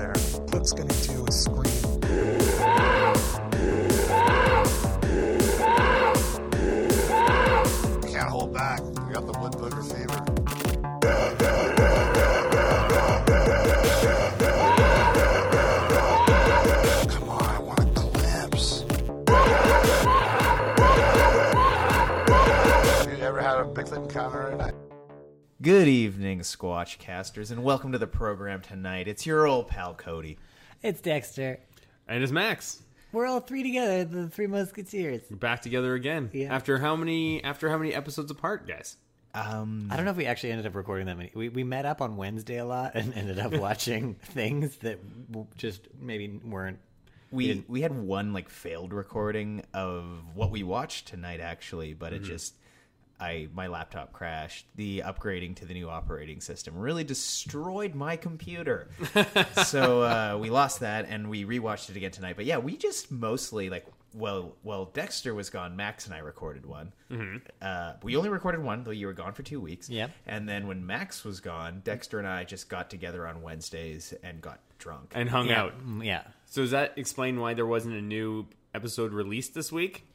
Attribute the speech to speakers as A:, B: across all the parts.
A: Doug's gonna do is scream.
B: Can't hold back. You got the wood book receiver. Come on, I want a glimpse. you ever had a Bigfoot encounter at night?
C: Good evening, Squatchcasters, and welcome to the program tonight. It's your old pal Cody.
D: It's Dexter.
E: And it's Max.
D: We're all three together, the three musketeers.
E: We're back together again.
D: Yeah.
E: After how many after how many episodes apart, guys?
D: I don't know if we actually ended up recording that many. We, we met up on Wednesday a lot and ended up watching things that w- just maybe weren't.
C: We we had one like failed recording of what we watched tonight actually, but it just I my laptop crashed. The upgrading to the new operating system really destroyed my computer. so uh, we lost that and we rewatched it again tonight. But yeah, we just mostly like well well Dexter was gone, Max and I recorded one. Uh, we only recorded one though you were gone for 2 weeks.
D: Yep.
C: And then when Max was gone, Dexter and I just got together on Wednesdays and got drunk.
E: And hung out.
D: Mm, Yeah.
E: So does that explain why there wasn't a new episode released this week?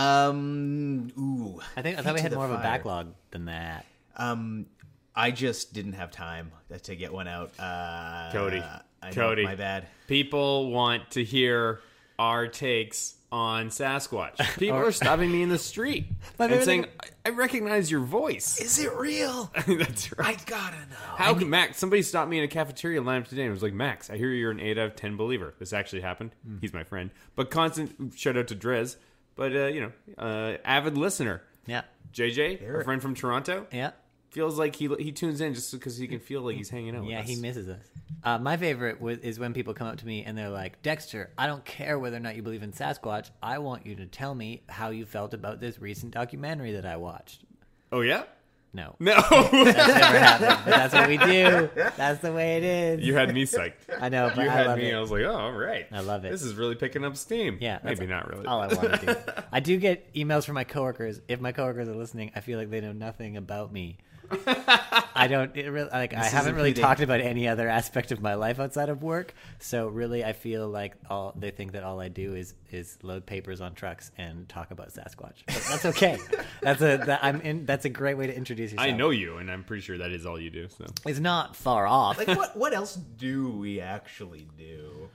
C: Um. Ooh.
D: I think I
C: Feet
D: thought we
C: to
D: had
C: the
D: more of a
C: fire.
D: backlog than that.
C: Um, I just didn't have time to get one out. Uh,
E: Cody.
C: I know,
E: Cody.
C: my bad.
E: People want to hear our takes on Sasquatch. People are stopping me in the street
D: My
E: and
D: favorite
E: saying,
D: thing-
E: I, I recognize your voice.
C: Is it real?
E: That's right.
C: I gotta know.
E: How can Max? Somebody stopped me in a cafeteria line up today and was like, "Max, I hear you're an eight out of ten believer." This actually happened.
D: Hmm.
E: He's my friend, but constant shout out to Driz, but uh, you know, uh, avid listener.
D: Yeah.
E: JJ,
C: Eric.
E: our friend from Toronto,
D: Yeah.
E: feels like he he tunes in just because he can feel like he's hanging out.
D: Yeah,
E: with
D: he
E: us.
D: misses us. Uh, my favorite was, is when people come up to me and they're like, Dexter, I don't care whether or not you believe in Sasquatch. I want you to tell me how you felt about this recent documentary that I watched.
E: Oh yeah,
D: No.
E: no,
D: never happened. But that's what we do. That's the way it is.
E: you had me psyched.
D: I know, but
E: You
D: I
E: had
D: love
E: me.
D: it.
E: I was like, oh, all right.
D: I love it.
E: This is really picking up steam.
D: yeah, that's
E: maybe not really.
D: All I want to do. I do get emails from my coworkers. If my coworkers are listening, I feel like they know nothing about me. I don't it really, like. I
C: This is
D: haven't really
C: impeding.
D: talked about any other aspect of my life outside of work. So really, I feel like all they think that all I do is is load papers on trucks and talk about Sasquatch. But that's okay. that's a that, I'm in. That's a great way to introduce yourself.
E: I know you, and I'm pretty sure that is all you do. So
D: it's not far off.
C: Like what? What else do we actually do?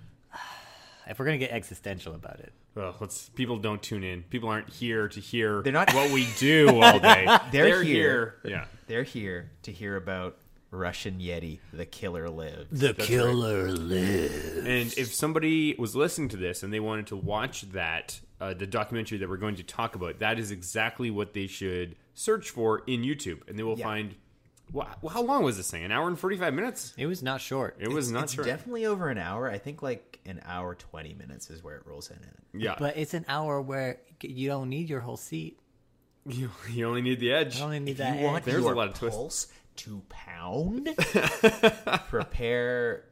D: if we're gonna get existential about it,
E: Well, let's, people don't tune in. People aren't here to hear
C: They're not-
E: what we do all day.
C: They're here.
E: Yeah.
C: They're here to hear about Russian Yeti, the killer lives.
D: the killer
E: And if somebody was listening to this and they wanted to watch that, uh, the documentary that we're going to talk about, that is exactly what they should search for in YouTube. And they will
C: Yeah.
E: find. Well, how long was this thing? An hour and 45 minutes?
D: It was not short.
E: It was not
C: it's
E: sure.
C: definitely over an hour. I think like an hour twenty minutes is where it rolls in. At.
E: yeah.
D: But it's an hour where you don't need your whole seat.
E: you, you only need the edge.
D: I only need that.
C: You want
D: edge.
E: There's a
C: your
E: lot of twist.
C: pulse to pound. Prepare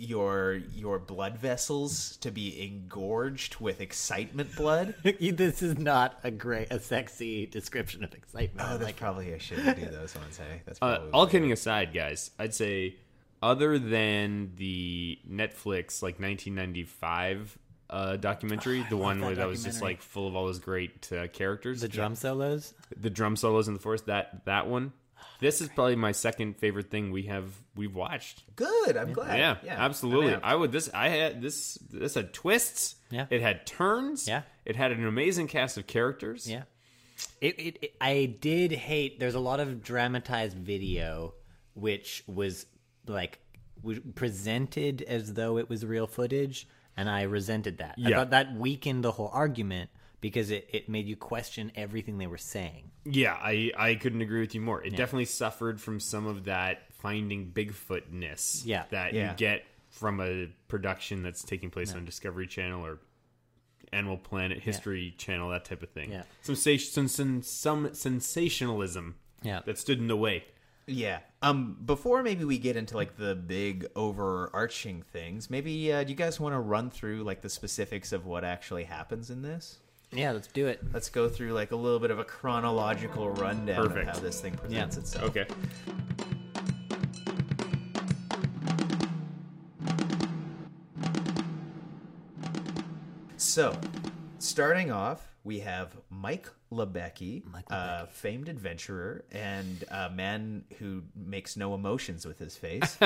C: your your blood vessels to be engorged with excitement blood.
D: You- this is not a great, a sexy description of excitement.
C: Oh, that's
D: like,
C: probably I shouldn't do those ones. Hey, that's
E: Uh,
C: probably
E: all kidding aside, guys, I'd say other than the Netflix like 1995 uh, documentary, the one
D: that
E: where that was just
D: documentary.
E: like full of all those great uh, characters,
D: the drum solos.
E: the drum solos in the forest, that that one. This is probably my second favorite thing we have we've watched.
C: good. I'm glad.
E: Yeah,
C: I'm
E: absolutely.
C: out.
E: I would this. I had this. This had twists.
D: Yeah.
E: it had turns.
D: Yeah.
E: it had an amazing cast of characters.
D: Yeah. It, it, it- I did hate. There's a lot of dramatized video, which was like was presented as though it was real footage, and I resented that. I
E: Yeah.
D: thought that weakened the whole argument because it, it made you question everything they were saying.
E: Yeah, I I couldn't agree with you more. It definitely suffered from some of that finding Bigfootness
D: Yeah.
E: that
C: Yeah.
E: you get from a production that's taking place on Discovery Channel or Animal Planet, History Channel, that type of thing.
D: Yeah.
E: Sensation, some, some, some sensationalism
D: Yeah.
E: that stood in the way.
C: Yeah. Um. Before maybe we get into like the big overarching things, maybe uh, do you guys want to run through like the specifics of what actually happens in this?
D: Yeah, let's do it.
C: Let's go through like a little bit of a chronological rundown
E: Perfect.
C: of how this thing presents
D: Yeah.
C: itself.
E: Okay.
C: So, starting off, we have Mike Lebecki,
D: Mike
C: a famed adventurer and a man who makes no emotions with his face,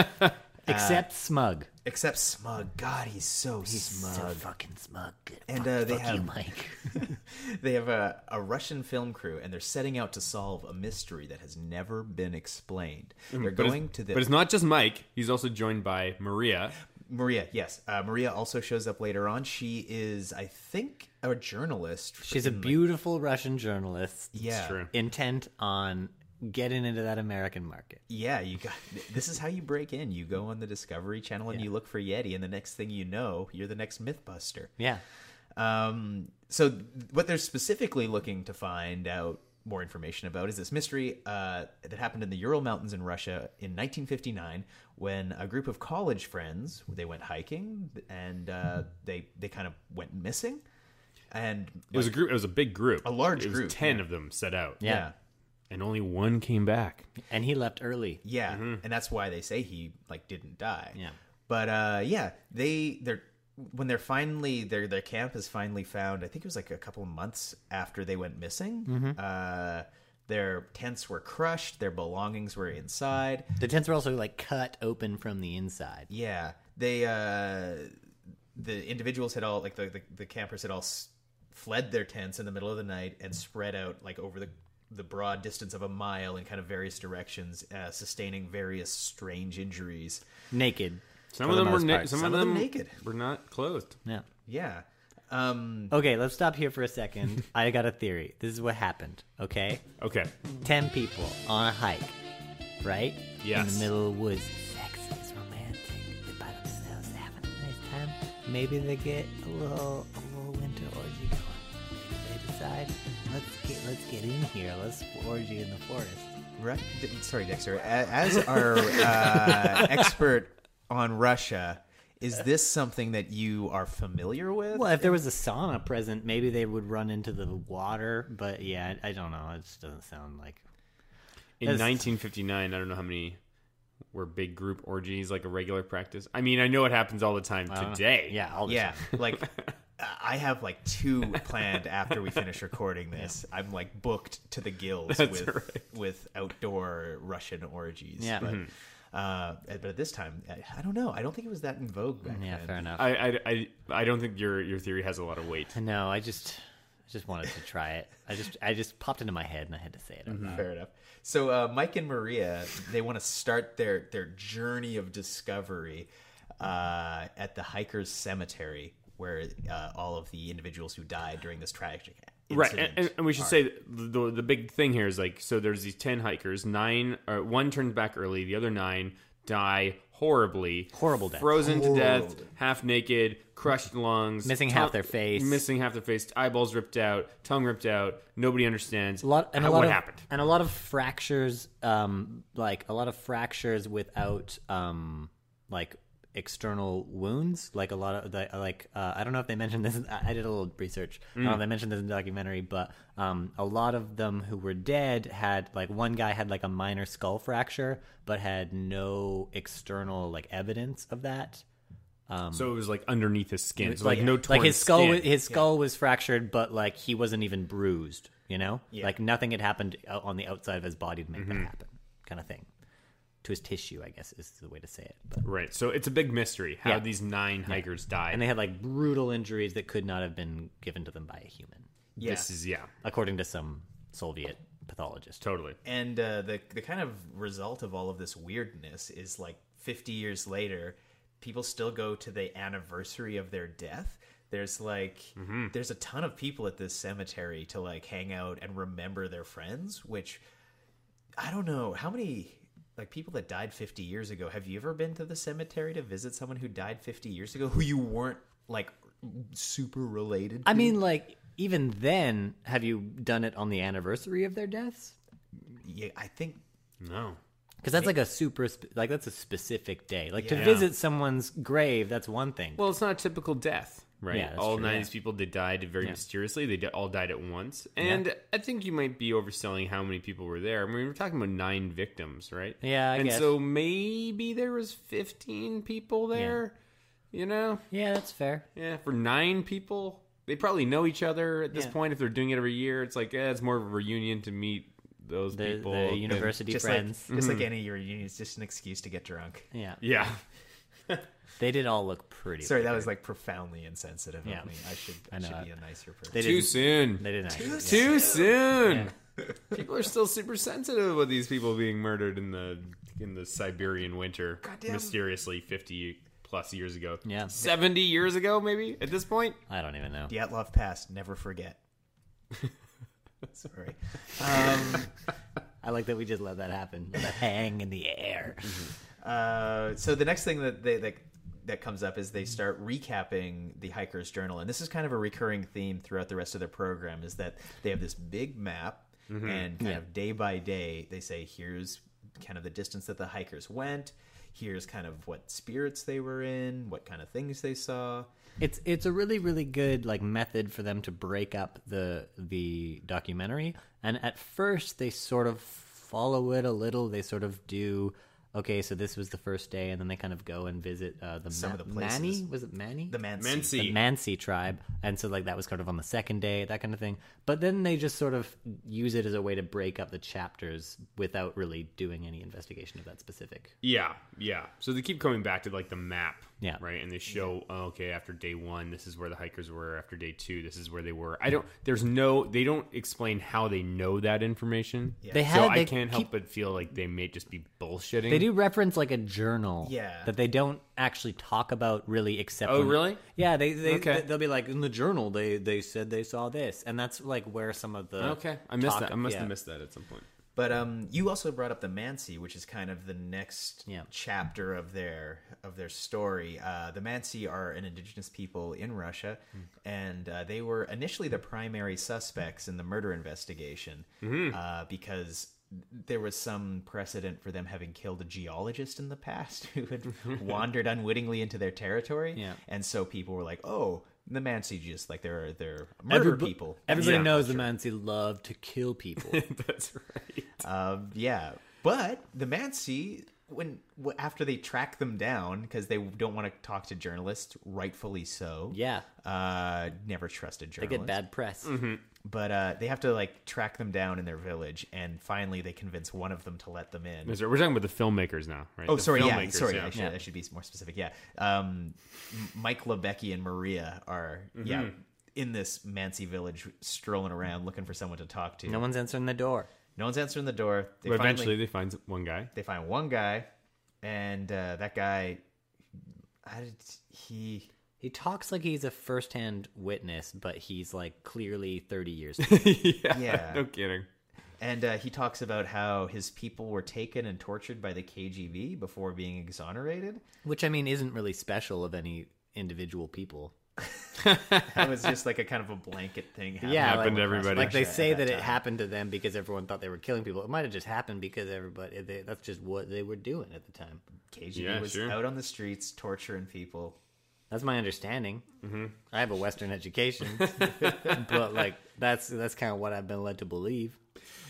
D: Except smug.
C: except smug. God, he's so smug.
D: Uh, So fucking smug.
C: And,
D: Fuck-
C: uh, they
D: fuck you,
C: have-
D: Mike.
C: they have a, a Russian film crew, and they're setting out to solve a mystery that has never been explained. They're
E: But it's-
C: going to the
E: But it's not just Mike. He's also joined by Maria.
C: Maria. Yes, uh, Maria also shows up later on. She is, I think, a journalist.
D: She's a beautiful Russian journalist.
C: yeah.
E: true.
D: Intent on getting into that American market.
C: Yeah, you got this is how you break in. You go on the Discovery Channel and you look for Yeti, and the next thing you know, you're the next MythBuster.
D: Yeah.
C: Um, so th- what they're specifically looking to find out more information about is this mystery uh, that happened in the Ural Mountains in Russia in 1959 when a group of college friends they went hiking and uh, they they kind of went missing and
E: It was a group. It was a big group. A
C: large
E: it was
C: group,
E: Ten of them set out.
D: Yeah.
E: and only one came back.
D: And he left early.
C: Yeah, and that's why they say he like didn't die.
D: Yeah.
C: but uh, yeah, they they're when they're finally their their camp is finally found. I think it was like a couple of months after they went missing. Uh, their tents were crushed. Their belongings were inside.
D: The tents were also like cut open from the inside.
C: Yeah, they uh, the individuals had all like the, the the campers had all s- fled their tents in the middle of the night and spread out like over the the broad distance of a mile in kind of various directions, uh, sustaining various strange injuries.
D: Naked.
E: Some
D: for
E: of
D: the
E: them were
D: most
E: na-
D: part.
E: some,
C: Some of
E: of
C: them
E: them
C: naked.
E: Were not clothed.
D: Yeah.
C: Yeah. Um,
D: Okay, let's stop here for a second. I got a theory. This is what happened, okay?
E: Okay,
D: 10 people on a hike, right? In
E: Yes.
D: the middle of the woods. Sex is romantic. They're by themselves having a nice time. Maybe they get a little, a little winter orgy going. Maybe they decide, let's get, let's get in here. Let's orgy in the forest.
C: Ru- D- sorry, Dexter. A- As our uh, expert on Russia, is this something that you are familiar with?
D: Well, if there was a sauna present, maybe they would run into the water. But yeah, I, I don't know. It just doesn't sound like.
E: in
D: That's-
E: 1959, I don't know how many were big group orgies like a regular practice. I mean, I know it happens all the time today.
D: Yeah, all the
C: Yeah,
D: time.
C: like I have like two planned after we finish recording this. I'm like booked to the gills with with outdoor Russian orgies.
D: Yeah.
C: but, uh, but at this time, I, I don't know. I don't think it was that in vogue back
D: Yeah,
C: then.
D: fair enough.
E: I, I, I, I don't think your your theory has a lot of weight.
D: No, I just I just wanted to try it. I just I just popped into my head and I had to say
E: Mm-hmm.
D: it. out loud.
E: Hmm.
C: Fair enough. So uh, Mike and Maria, they want to start their their journey of discovery uh, at the hikers' cemetery, where uh, all of the individuals who died during this tragic
E: Right,
C: incident.
E: and- and, and we should say that the, the the big thing here is like so. There's these ten hikers. Nine, uh, one turns back early. The other nine die horribly,
D: Horrible death.
E: frozen to death,
C: Horrible.
E: half naked, crushed lungs,
D: Missing
E: tongue-
D: half their face.
E: missing half their face, eyeballs ripped out, tongue ripped out. Nobody understands
D: A lot and a
E: how-
D: lot
E: what
D: of,
E: happened.
D: and a lot of fractures. Um, like a lot of fractures without um, like external wounds. Like a lot of the, like uh, I don't know if they mentioned this. I I did a little research. I don't know if
E: Mm.
D: they mentioned this in the documentary, but um, a lot of them who were dead had like one guy had like a minor skull fracture, but had no external like evidence of that.
E: So it was like underneath his skin, so like, no torn
D: like his skull
E: skin.
D: wa- his skull was fractured but like he wasn't even bruised you know like nothing had happened out on the outside of his body to make that happen kind of thing to his tissue i guess is the way to say it but,
E: right. So it's a big mystery how
D: Yeah.
E: these nine hikers died.
D: and they had like brutal injuries that could not have been given to them by a human
C: yeah.
E: This is yeah,
D: according to some soviet pathologist
E: totally.
C: and uh, the the kind of result of all of this weirdness is like 50 years later people still go to the anniversary of their death there's like there's a ton of people at this cemetery to like hang out and remember their friends which i don't know how many like people that died 50 years ago have you ever been to the cemetery to visit someone who died 50 years ago who you weren't like super related
D: i mean like even then have you done it on the anniversary of their deaths
C: yeah, i think
E: No,
D: because that's like a super sp- like that's a specific day like to
C: Yeah.
D: visit someone's grave that's one thing
E: Well, it's not a typical death, right?
D: Yeah, that's
E: all
D: true,
E: nine
D: yeah.
E: of these people they died very mysteriously. They di- all died at once, and I think you might be overselling how many people were there. I mean, we're talking about nine victims, right?
D: Yeah, I
E: and
D: guess.
E: so maybe there was fifteen people there. You know,
D: yeah that's fair
E: yeah, for nine people, they probably know each other at this
D: Yeah.
E: point if they're doing it every year. It's like eh, it's more of a reunion to meet those
D: The,
E: people.
D: the
E: than-
D: university
C: just
D: friends.
C: like just like any reunion, it's just an excuse to get drunk.
D: yeah,
E: Yeah.
D: they did all look pretty.
C: Sorry, that was like profoundly insensitive
D: Yeah.
C: of me. I should I,
D: I know.
C: should be a nicer person.
D: They
E: Too
D: didn't.
E: soon.
D: They didn't. Actually,
E: Too soon. people are still super sensitive with these people being murdered in the in the Siberian winter,
C: Goddamn.
E: mysteriously fifty plus years ago.
D: Yeah.
E: seventy years ago, maybe at this point.
D: I don't even know.
C: Dyatlov Pass, never forget. Sorry. Um,
D: I like that we just let that happen. Let it hang in the air.
C: uh, so the next thing that they that that comes up is they start recapping the hiker's journal, and this is kind of a recurring theme throughout the rest of their program. Is that they have this big map,
D: Mm-hmm.
C: and kind of day by day they say, "Here's kind of the distance that the hikers went." Here's kind of what spirits they were in, what kind of things they saw.
D: It's it's a really really good like method for them to break up the the documentary. And at first they sort of follow it a little. They sort of do okay, so this was the first day, and then they kind of go and visit uh, the
C: Some
D: Ma-
C: of the places.
D: Mani was it Mani
C: The man
E: Mansi.
D: the Mansi tribe, and so like that was kind of on the second day, that kind of thing. But then they just sort of use it as a way to break up the chapters without really doing any investigation of that specific.
E: Yeah, yeah. So they keep coming back to like the map.
D: Yeah.
E: Right, and they show oh, okay after day one, this is where the hikers were. After day two, this is where they were. I don't. There's no. They don't explain how they know that information. Yeah.
D: They
E: so
D: had-
E: I
D: they
E: can't
D: keep-
E: help but feel like they may just be bullshitting.
D: They do reference like a journal,
C: Yeah.
D: that they don't actually talk about really, except
E: Oh,
D: when-
E: really?
D: Yeah, they, they
E: Okay.
D: they'll be like in the journal they they said they saw this, and that's like where some of the
E: Okay, I missed
D: talk-
E: that. I must
D: yeah.
E: have missed that at some point.
C: But um, you also brought up the Mansi, which is kind of the next
D: Yeah.
C: chapter of their of their story. Uh, the Mansi are an indigenous people in Russia,
D: Hmm.
C: and uh, they were initially the primary suspects in the murder investigation uh, because there was some precedent for them having killed a geologist in the past who had wandered unwittingly into their territory.
D: Yeah.
C: and so people were like, "Oh, the Mansi just like they're they're murder
D: Everybo-
C: people."
D: Everybody
E: Yeah.
D: knows the Mansi love to kill people.
E: That's right.
C: Um, yeah, but the Mansi, when w- after they track them down because they don't want to talk to journalists, rightfully so.
D: yeah,
C: Uh, never trusted
D: they
C: journalists.
D: get bad press.
E: Mm-hmm.
C: But uh, they have to like track them down in their village, and finally they convince one of them to let them in.
E: That's right. We're talking about the filmmakers now, right?
C: Oh,
E: The
C: sorry. Yeah,
E: filmmakers,
C: sorry.
E: yeah.
C: I, should, I should be more specific. Yeah. Um, M- Mike Lebecki and Maria are
E: Mm-hmm.
C: yeah in this Mansi village, strolling around looking for someone to talk to.
D: No one's answering the door.
C: No one's answering the door. They
E: But
C: finally-
E: eventually, they find one guy.
C: they find one guy, and uh, that guy, I did, he
D: He talks like he's a first-hand witness, but he's like clearly 30 years.
E: yeah,
C: Yeah.
E: no kidding.
C: and uh, he talks about how his people were taken and tortured by the KGB before being exonerated.
D: Which I mean isn't really special of any individual people.
C: That was just like a kind of a blanket thing. happening
D: Yeah, like,
E: happened to everybody.
D: Like they
C: Russia at
D: say that,
C: that
D: it
C: time.
D: happened to them because everyone thought they were killing people. It might have just happened because everybody. They, that's just what they were doing at the time.
C: KGB
E: Yeah,
C: was
E: sure.
C: out on the streets torturing people.
D: That's my understanding. Mm-hmm. I have a Western education, but like that's that's kind of what I've been led to believe.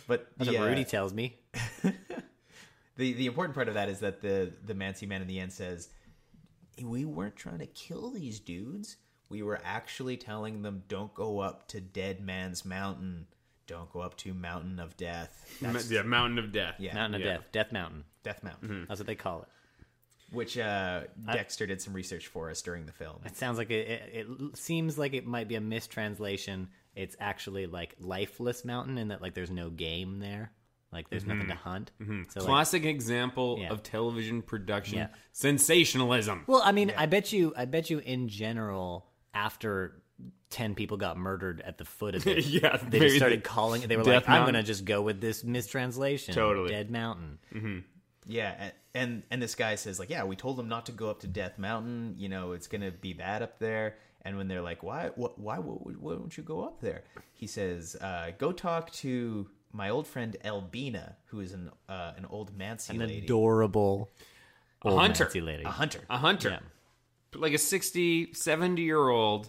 C: But
D: That's
C: the,
D: what
C: uh,
D: Rudy tells me.
C: the the important part of that is that the the Mansi man in the end says, "We weren't trying to kill these dudes. We were actually telling them don't go up to Dead Man's Mountain. Don't go up to Mountain of Death. That's
E: yeah, Mountain of Death.
C: Yeah.
D: Mountain of
E: Yeah.
D: Death, Death Mountain.
C: Death Mountain."
D: That's what they call it.
C: Which uh, Dexter did some research for us during the film.
D: It sounds like it, it, it seems like it might be a mistranslation. It's actually like lifeless mountain, in that like there's no game there, like there's nothing
E: Mm-hmm.
D: to hunt. So like,
E: Classic example
D: Yeah.
E: of television production
D: Yeah.
E: sensationalism.
D: Well, I mean, I bet you, I bet you, in general, after ten people got murdered at the foot of it,
E: Yeah,
D: they
E: maybe
D: just started
E: the
D: calling. it. They were
E: Death
D: like, "I'm
E: Mountain."
D: gonna just go with this mistranslation."
E: Totally.
D: Dead Mountain.
C: Yeah, and, and and this guy says like, yeah, we told them not to go up to Death Mountain. You know, it's gonna be bad up there. And when they're like, why, wh- why, why, why don't you go up there? He says, uh, go talk to my old friend Elbina, who is an uh, an old Mansi lady,
D: Adorable. old
E: hunter.
D: Nancy lady.
C: a hunter.
E: A hunter, like a 60, 70 year old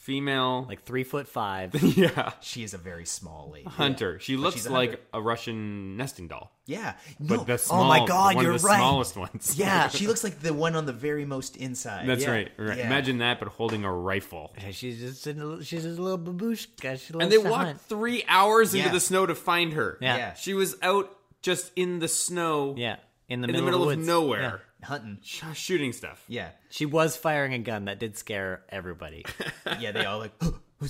E: female
D: like three foot five.
E: yeah
C: She is a very small lady.
E: hunter. She
C: she's
E: looks
C: a
E: like
C: hunter.
E: a Russian nesting doll,
C: Yeah.
E: but
C: No.
E: the small,
C: oh my god,
E: one
C: you're
E: of the
C: right.
E: smallest ones.
C: Yeah, she looks like the one on the very most inside.
E: that's
C: Yeah.
E: right. right.
C: Yeah.
E: Imagine that, but holding a rifle.
D: And She's just a little, she's just a little babushka. She loves
E: And they
D: to hunt.
E: walked three hours into
C: Yeah.
E: the snow to find her.
D: Yeah.
C: Yeah.
E: she was out just in the snow.
D: Yeah, in the
E: in
D: middle,
E: the middle of,
D: woods.
E: nowhere,
D: Yeah.
C: hunting.
E: Sh- shooting stuff.
C: Yeah,
D: She was firing a gun that did scare everybody.
C: yeah. They all like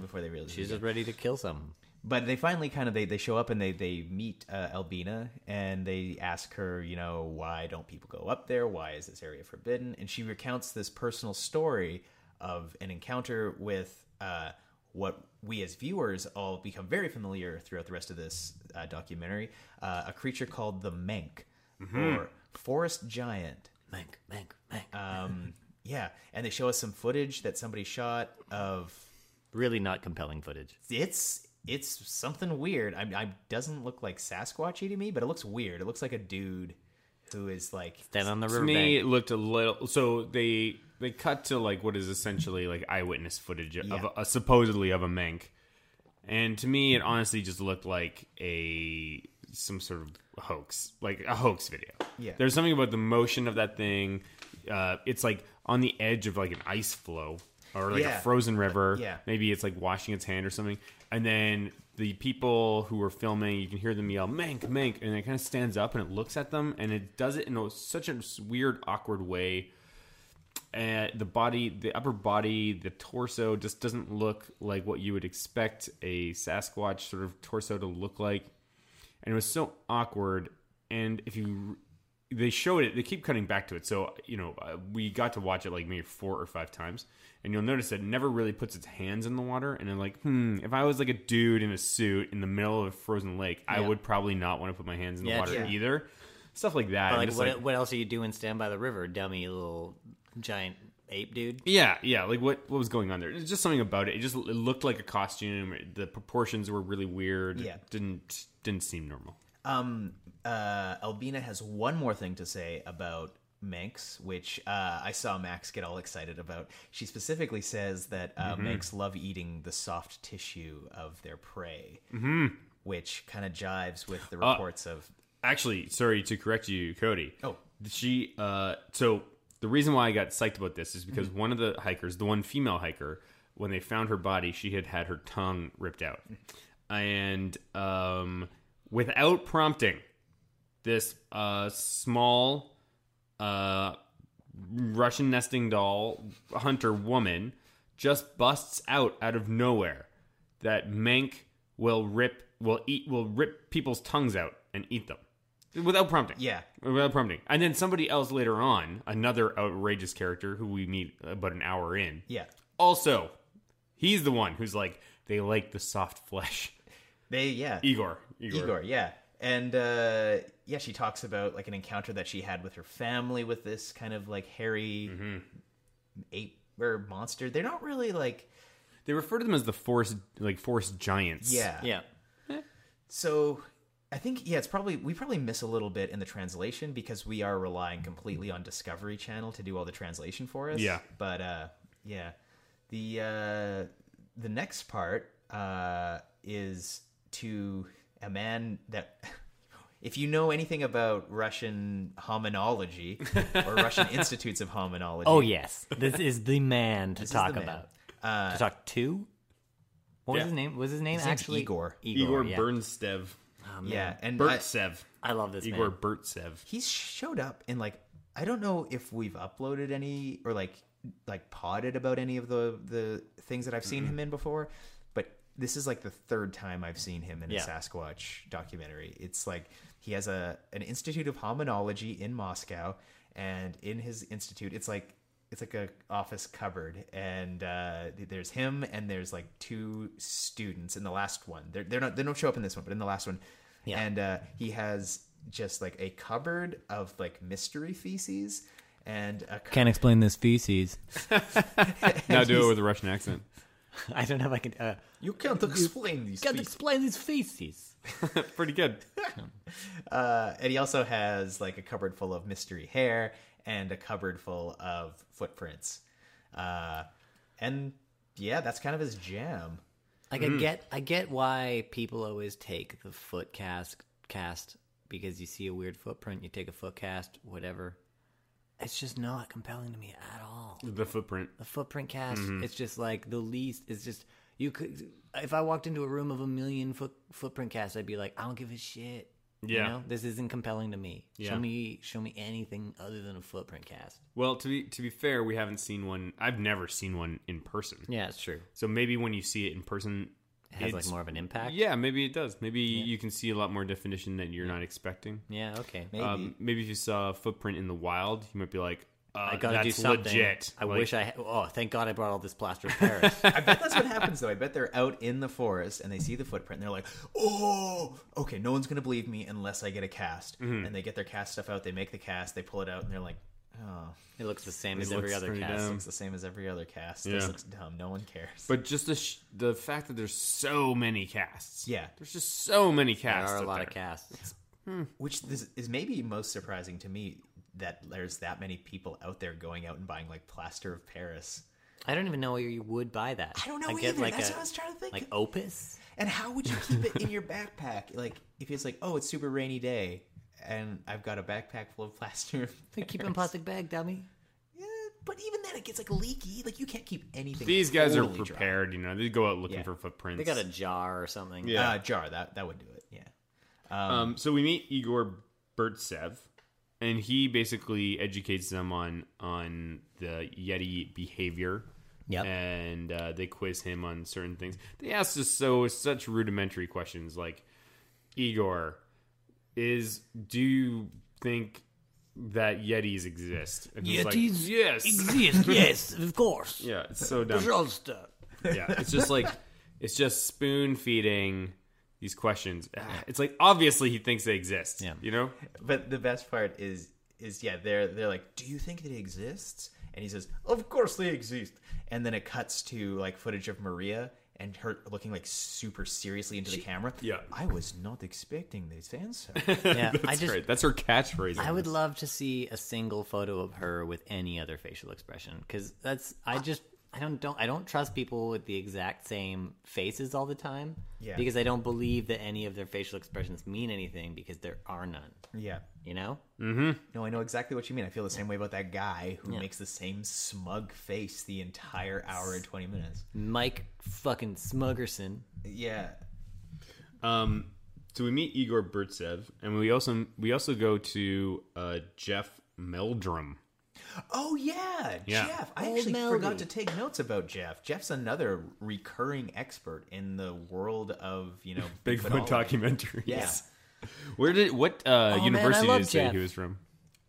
C: before they realize.
D: She's just ready to kill someone.
C: but they finally kind of they, they show up and they they meet uh, Albina and they ask her you know why don't people go up there why is this area forbidden and she recounts this personal story of an encounter with uh, what we as viewers all become very familiar throughout the rest of this uh, documentary uh, a creature called the Menk or forest giant
D: Mank, mank, mank.
C: um, yeah and they show us some footage that somebody shot of
D: really not compelling footage.
C: it's it's something weird. I, I doesn't look like Sasquatch eating me, but it looks weird. It looks like a dude who is like
D: Then on the
E: To me,
D: riverbank.
E: it looked a little. So they they cut to like what is essentially like eyewitness footage of
C: Yeah. Mm-hmm.
E: a, supposedly of a mank, and to me, it honestly just looked like a some sort of hoax, like a hoax video.
C: Yeah.
E: there's something about the motion of that thing. Uh, it's like on the edge of like an ice flow or like
C: Yeah.
E: a frozen river.
C: Yeah.
E: maybe it's like washing its hand or something, and then. The people who were filming, you can hear them yell "Mank, Mank," and it kind of stands up and it looks at them, and it does it in a, such a weird, awkward way uh, the body, the upper body, the torso just doesn't look like what you would expect a Sasquatch sort of torso to look like, and it was so awkward. And if you, they showed it, they keep cutting back to it. So you know, uh, we got to watch it like maybe four or five times, and you'll notice that it never really puts its hands in the water. And I'm like, hmm, if I was like a dude in a suit in the middle of a frozen lake, I would probably not want to put my hands in the
D: Yeah,
E: water
D: true.
E: either. Stuff like that. I'm
D: Like,
E: just
D: what, what else are you doing? Stand by the river, dummy, little giant ape dude.
E: Yeah, yeah. Like what what was going on there? There's just something about it. It just it looked like a costume. The proportions were really weird.
C: Yeah.
E: didn't didn't seem normal.
C: um uh Albina has one more thing to say about Manx, which uh, I saw Max get all excited about. She specifically says that uh, Manx love eating the soft tissue of their prey, mm-hmm. which kind of jives with the reports of
E: Actually, sorry to correct you, Cody.
C: Oh.
E: she. Uh, so the reason why I got psyched about this is because one of the hikers, the one female hiker, when they found her body, she had had her tongue ripped out, and um, without prompting, this uh, small uh, Russian nesting doll hunter woman just busts out out of nowhere that Mank will rip will eat will rip people's tongues out and eat them without prompting.
C: Yeah.
E: without prompting. And then somebody else later on, another outrageous character who we meet about an hour in.
C: yeah.
E: Also, he's the one who's like they like the soft flesh.
C: They yeah.
E: Igor.
C: Igor, yeah. And uh, yeah, she talks about like an encounter that she had with her family with this kind of like hairy ape or monster. They're not really like
E: They refer to them as the force like force giants.
C: yeah.
D: Yeah.
C: So I think yeah, it's probably we probably miss a little bit in the translation because we are relying completely on Discovery Channel to do all the translation for us.
E: Yeah.
C: But uh, yeah, the uh, the next part uh, is to a man that. If you know anything about Russian hominology or Russian institutes of hominology,
D: Oh yes, this is the man to
C: this is the
D: talk
C: man.
D: about. to talk to. What was
E: Yeah.
D: his name? What Was his name
C: His name's
D: actually
C: Igor.
E: Igor
D: yeah.
E: Bernstev.
C: yeah, and I-
E: Bertsev.
D: I love this
E: Igor
D: man.
E: Bertsev.
C: he's showed up in like I don't know if we've uploaded any or like like podded about any of the the things that I've seen him in before, but this is like the third time I've seen him in
D: Yeah.
C: a Sasquatch documentary. It's like he has a an institute of hominology in Moscow, and in his institute, it's like it's like a office cupboard, and uh, there's him and there's like two students in the last one. They're they're not they don't show up in this one, but in the last one,
D: Yeah.
C: and uh, he has just like a cupboard of like mystery feces and a cu-
D: Can't explain this feces.
E: Now do it with a Russian accent.
D: I don't know if I can. Uh,
C: you can't explain these
D: can't
C: feces.
D: explain these feces.
E: Pretty good.
C: Uh, and he also has like a cupboard full of mystery hair and a cupboard full of footprints. Uh, and yeah, that's kind of his jam.
D: Like
E: Mm.
D: I get, I get why people always take the foot cast cast because you see a weird footprint, you take a foot cast, whatever. It's just not compelling to me at all.
E: The footprint.
D: The footprint cast,
E: Mm-hmm.
D: it's just like the least. It's just you could. If I walked into a room of a million foot footprint casts, I'd be like, I don't give a shit. You
E: Yeah.
D: know, this isn't compelling to me.
E: Yeah.
D: Show me, show me anything other than a footprint cast.
E: Well, to be to be fair, we haven't seen one. I've never seen one in person.
D: Yeah, it's true.
E: So maybe when you see it in person,
D: It has
E: it's-
D: like more of an impact.
E: Yeah, maybe it does. Maybe you can see a lot more definition that you're not expecting.
D: Yeah. Okay.
C: Maybe.
E: Um, maybe if you saw a footprint in the wild, you might be like, uh,
D: I gotta
E: that's
D: do something.
E: legit.
D: I
E: Like,
D: wish I. Ha- oh, thank God I brought all this plaster of Paris.
C: I bet that's what happens though. I bet they're out in the forest and they see the footprint and they're like, "Oh, okay, no one's gonna believe me unless I get a cast." And they get their cast stuff out. They make the cast. They pull it out and they're like, "Oh,
D: it looks the same as
E: looks
D: every other
E: pretty
D: cast.
E: dumb.
C: looks the same as every other cast.
E: Yeah.
C: This looks dumb. No one cares."
E: But just the sh- the fact that there's so many casts.
C: Yeah.
E: there's just so many
D: There
E: casts.
D: are a
E: out
D: lot of
E: there.
D: casts.
C: Which this is maybe most surprising to me that there's that many people out there going out and buying like plaster of Paris.
D: I don't even know where you would buy that.
C: I don't know
D: get
C: either.
D: like
C: That's
D: a-
C: what I was trying to think.
D: Like Opus.
C: And how would you keep it in your backpack? Like if it's like, "Oh, it's super rainy day." And I've got a backpack full of plaster. of
D: They keep it
C: Paris."
D: in plastic bag, dummy.
C: Yeah, but even then, it gets like leaky. Like you can't keep anything.
E: These guys
C: totally
E: are
C: dry.
E: prepared. You know, they go out looking
C: Yeah.
E: for footprints.
D: They got a jar or something.
E: Yeah.
C: Uh, jar that that would do it. Yeah.
E: Um, so we meet Igor Burtsev, and he basically educates them on on the Yeti behavior.
D: Yep.
E: And uh, they quiz him on certain things. They ask just so such rudimentary questions like, Igor, is do you think that Yetis exist? And he's like,
D: Yetis
E: yes.
D: Exist, yes, of course.
E: yeah, it's so dumb.
D: Rolster.
E: Yeah, it's just like it's just spoon feeding these questions. Ah, It's like obviously he thinks they exist.
D: Yeah.
E: you know.
C: But the best part is is yeah they're they're like, do you think it exists? And he says, of course they exist. And then it cuts to like footage of Maria and her looking like super seriously into the camera.
E: yeah.
C: I was not expecting this answer.
D: Yeah, I
E: That's
D: just
E: great. That's her catchphrase.
D: I would love to see a single photo of her with any other facial expression because that's I just I don't don't I don't trust people with the exact same faces all the time.
C: Yeah.
D: Because I don't believe that any of their facial expressions mean anything because there are none.
C: yeah.
D: You know.
C: No, I know exactly what you mean. I feel the same way about that guy who makes the same smug face the entire hour and twenty minutes.
D: Mike fucking Smuggerson.
C: Yeah.
E: Um, so we meet Igor Burtsev, and we also we also go to uh, Jeff Meldrum.
C: Oh yeah,
E: Yeah.
C: Jeff. I
D: Old
C: actually
D: Melody.
C: forgot to take notes about Jeff. Jeff's another recurring expert in the world of you know Bigfootology.
E: Bigfoot documentary.
C: Yeah.
E: Where did what uh,
D: Oh, man,
E: university
D: I love
E: did you say
D: Jeff.
E: he was from?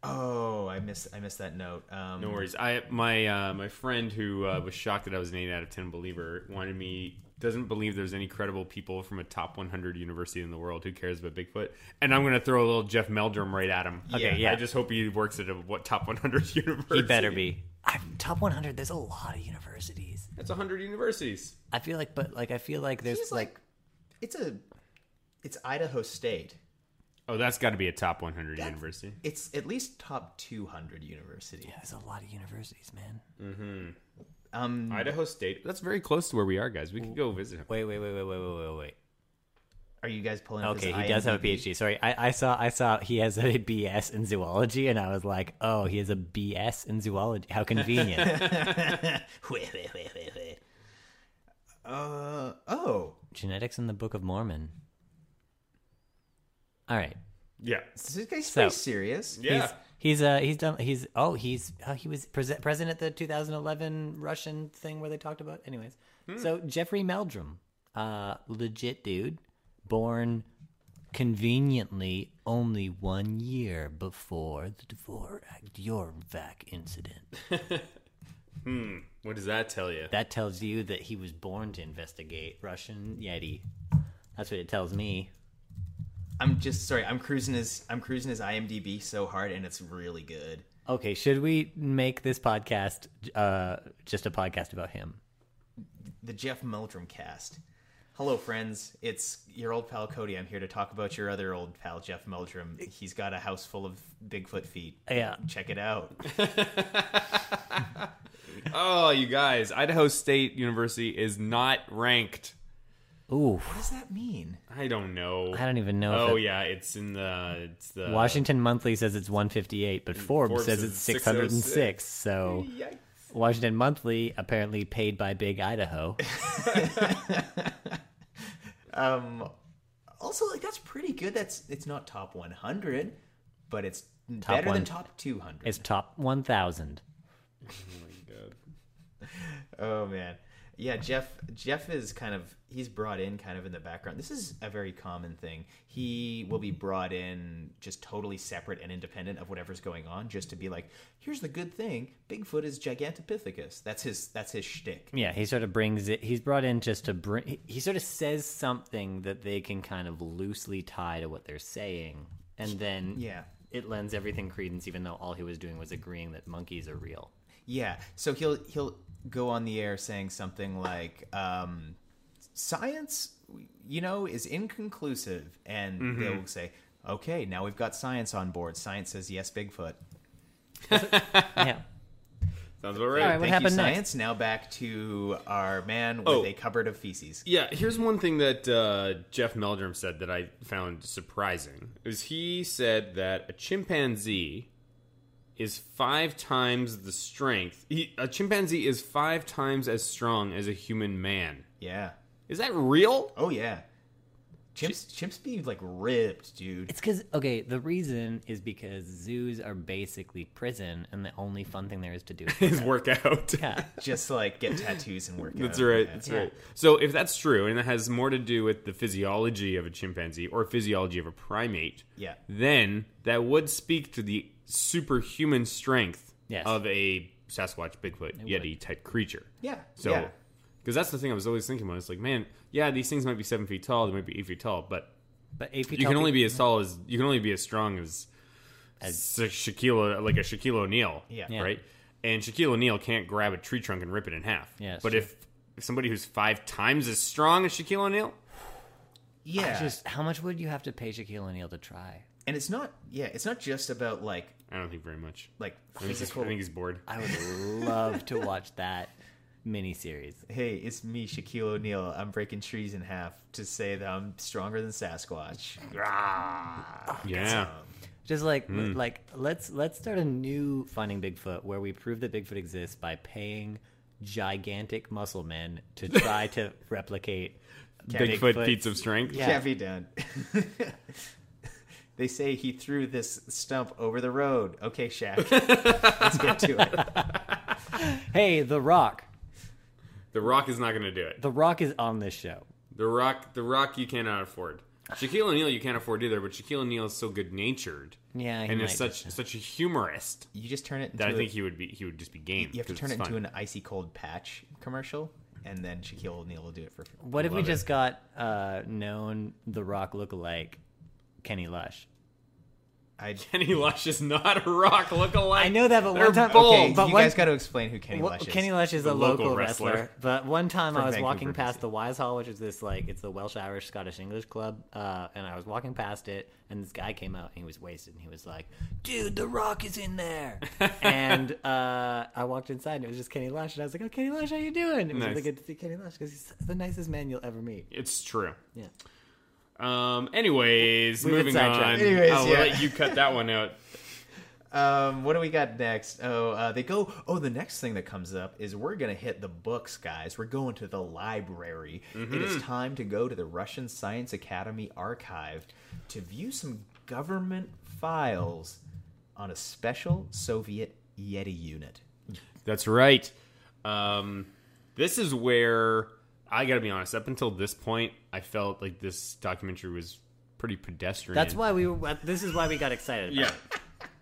C: Oh, I miss I missed that note. Um,
E: No worries. I my uh, my friend who uh, was shocked that I was an eight out of ten believer wanted me doesn't believe there's any credible people from a top 100 university in the world who cares about Bigfoot, and I'm gonna throw a little Jeff Meldrum right at him.
C: Okay, yeah.
E: I just hope he works at a what top 100 university.
D: He better be. I'm top 100. There's a lot of universities.
E: That's 100 universities.
D: I feel like, but like I feel like there's
C: He's
D: like,
C: like, it's a, it's Idaho State.
E: Oh, that's got to be a top 100 university.
C: It's at least top two hundred university.
D: there's a lot of universities, man.
C: Um,
E: Idaho State. That's very close to where we are, guys. We could go visit him.
D: Wait, wait, wait, wait, wait, wait, wait, wait.
C: are you guys pulling? Up
D: Okay,
C: his
D: he does have a
C: IMDb?
D: PhD. Sorry, I, I saw I saw he has a BS in zoology, and I was like, oh, he has a BS in zoology. How convenient.
C: Wait, wait, wait, wait, wait. Uh oh.
D: Genetics in the Book of Mormon. All right,
E: Yeah.
C: Is this guy so,
D: So-
C: serious?
E: Yeah.
D: he's he's uh he's done he's oh he's uh, he was pres president at the 2011 Russian thing where they talked about. Anyways, so Jeffrey Meldrum, uh, legit dude, born conveniently only one year before the Dvorak Dvorak incident.
E: What does that tell you?
D: That tells you that he was born to investigate Russian Yeti. That's what it tells me.
C: I'm just sorry. I'm cruising his I'm cruising his IMDb so hard, and it's really good.
D: Okay, should we make this podcast uh, just a podcast about him?
C: The Jeff Meldrum cast. Hello, friends. It's your old pal Cody. I'm here to talk about your other old pal Jeff Meldrum. He's got a house full of Bigfoot feet.
D: Yeah.
C: check it out.
E: Oh, you guys, Idaho State University is not ranked.
D: Ooh,
C: What does that mean?
E: I don't know.
D: I don't even know. if
E: Oh
D: it-
E: yeah, it's in the it's the
D: Washington Monthly says it's 158, but Forbes,
E: Forbes
D: says oh
E: says
D: it's
E: it's
D: 606.
E: 606.
D: So
E: Yikes.
D: Washington Monthly apparently paid by Big Idaho.
C: Also, like that's pretty good. That's it's not top 100, but it's better
D: one-
C: than top 200.
D: It's top 1,000.
C: Oh man, yeah. Jeff Jeff is kind of he's brought in kind of in the background. This is a very common thing. He will be brought in just totally separate and independent of whatever's going on, just to be like, here's the good thing: Bigfoot is Gigantopithecus. That's his that's his shtick.
D: Yeah, he sort of brings it. He's brought in just to bring. He, he sort of says something that they can kind of loosely tie to what they're saying, and then
C: Yeah.
D: it lends everything credence, even though all he was doing was agreeing that monkeys are real.
C: Yeah. So he'll he'll go on the air saying something like, um, "Science, you know, is inconclusive," and they'll say, "Okay, now we've got science on board. Science says yes, Bigfoot."
D: yeah,
E: Sounds about
D: All right, what
E: right.
C: Thank you,
D: happened next?
C: science. Now back to our man with
E: Oh.
C: a cupboard of feces.
E: Yeah, here's one thing that uh, Jeff Meldrum said that I found surprising. Is he said that a chimpanzee is five times the strength. He, a chimpanzee is five times as strong as a human man.
C: Yeah.
E: Is that real?
C: Oh yeah. Chimps, chimps be like ripped, dude.
D: It's because okay, the reason is because zoos are basically prison, and the only fun thing there is to do. Is
E: His workout.
D: yeah,
C: Just like get tattoos and work.
E: That's
C: out.
E: right.
C: Yeah.
E: That's right. So if that's true, and it has more to do with the physiology of a chimpanzee or physiology of a primate,
C: Yeah.
E: then that would speak to the superhuman strength
D: Yes.
E: of a Sasquatch, Bigfoot, Yeti type creature.
C: Yeah.
E: So,
C: yeah.
E: because that's the thing I was always thinking about. It's like, man, yeah, these things might be seven feet tall, they might be eight feet tall, but
D: but if
E: you can only be as tall as you can only be as strong as as Shaquille, like a Shaquille O'Neal,
C: Yeah.
D: Yeah.
E: right. And Shaquille O'Neal can't grab a tree trunk and rip it in half.
D: Yeah, it's
E: but
D: true.
E: if somebody who's five times as strong as Shaquille O'Neal,
C: Yeah.
D: just how much would you have to pay Shaquille O'Neal to try?
C: and it's not. Yeah. It's not just about like
E: I don't think very much.
C: like
E: I think, he's, I
C: physical.
E: think he's bored.
D: I would love to watch that miniseries.
C: Hey, it's me, Shaquille O'Neal. I'm breaking trees in half to say that I'm stronger than Sasquatch.
E: Ah.
C: Um,
E: yeah,
D: Just like
E: Hmm.
D: like let's let's start a new finding Bigfoot where we prove that Bigfoot exists by paying gigantic muscle men to try to replicate
E: Bigfoot, feats of strength.
D: Yeah.
C: Can't be done. they say he threw this stump over the road. Okay, Shaq. Let's get to it.
D: Hey, The Rock.
E: The Rock is not going to do it.
D: The Rock is on this show.
E: The Rock, The Rock, you cannot afford. Shaquille O'Neal, you can't afford either. But Shaquille O'Neal is so good natured,
D: Yeah, he
E: and
D: might
E: is such such a humorist
C: You just turn it into
E: that I think
C: a,
E: he would be he would just be game.
C: you have to
E: 'cause
C: turn it
E: it's
C: into
E: fun.
C: an icy cold patch commercial, and then Shaquille O'Neal will do it for free.
D: What if we
E: Love it.
D: just got uh, known The Rock lookalike Kenny Lush?
C: I
E: Kenny Lush is not a rock lookalike.
D: I know that, but
E: They're
D: one time-
E: both.
D: okay,
C: you
D: But one-
C: guys got to explain who Kenny
D: Well,
C: Lush is.
D: Kenny Lush is
E: The
D: a local,
E: local
D: wrestler.
E: wrestler.
D: But one time
C: From
D: I was
C: Vancouver,
D: walking
C: BC.
D: past the Wise Hall, which is this like it's the Welsh Irish Scottish English club, uh, and I was walking past it, and this guy came out and he was wasted, and he was like, "Dude, The Rock is in there," and uh, I walked inside, and it was just Kenny Lush, and I was like, "Oh, Kenny Lush, how you doing?" It was
E: Nice.
D: really good to see Kenny Lush because he's the nicest man you'll ever meet.
E: It's true.
D: Yeah.
E: Um. Anyways,
D: We've been
E: moving on.
D: sidetracked.
C: Anyways,
E: I'll
C: yeah.
E: let you cut that one out.
C: Um, what do we got next? Oh, uh, they go. Oh, the next thing that comes up is we're gonna hit the books, guys. We're going to the library. It is time to go to the Russian Science Academy archive to view some government files on a special Soviet Yeti unit.
E: That's right. Um, this is where I got to be honest. Up until this point, I felt like this documentary was pretty pedestrian.
D: That's why we were. This is why we got excited. About
E: Yeah.
D: It.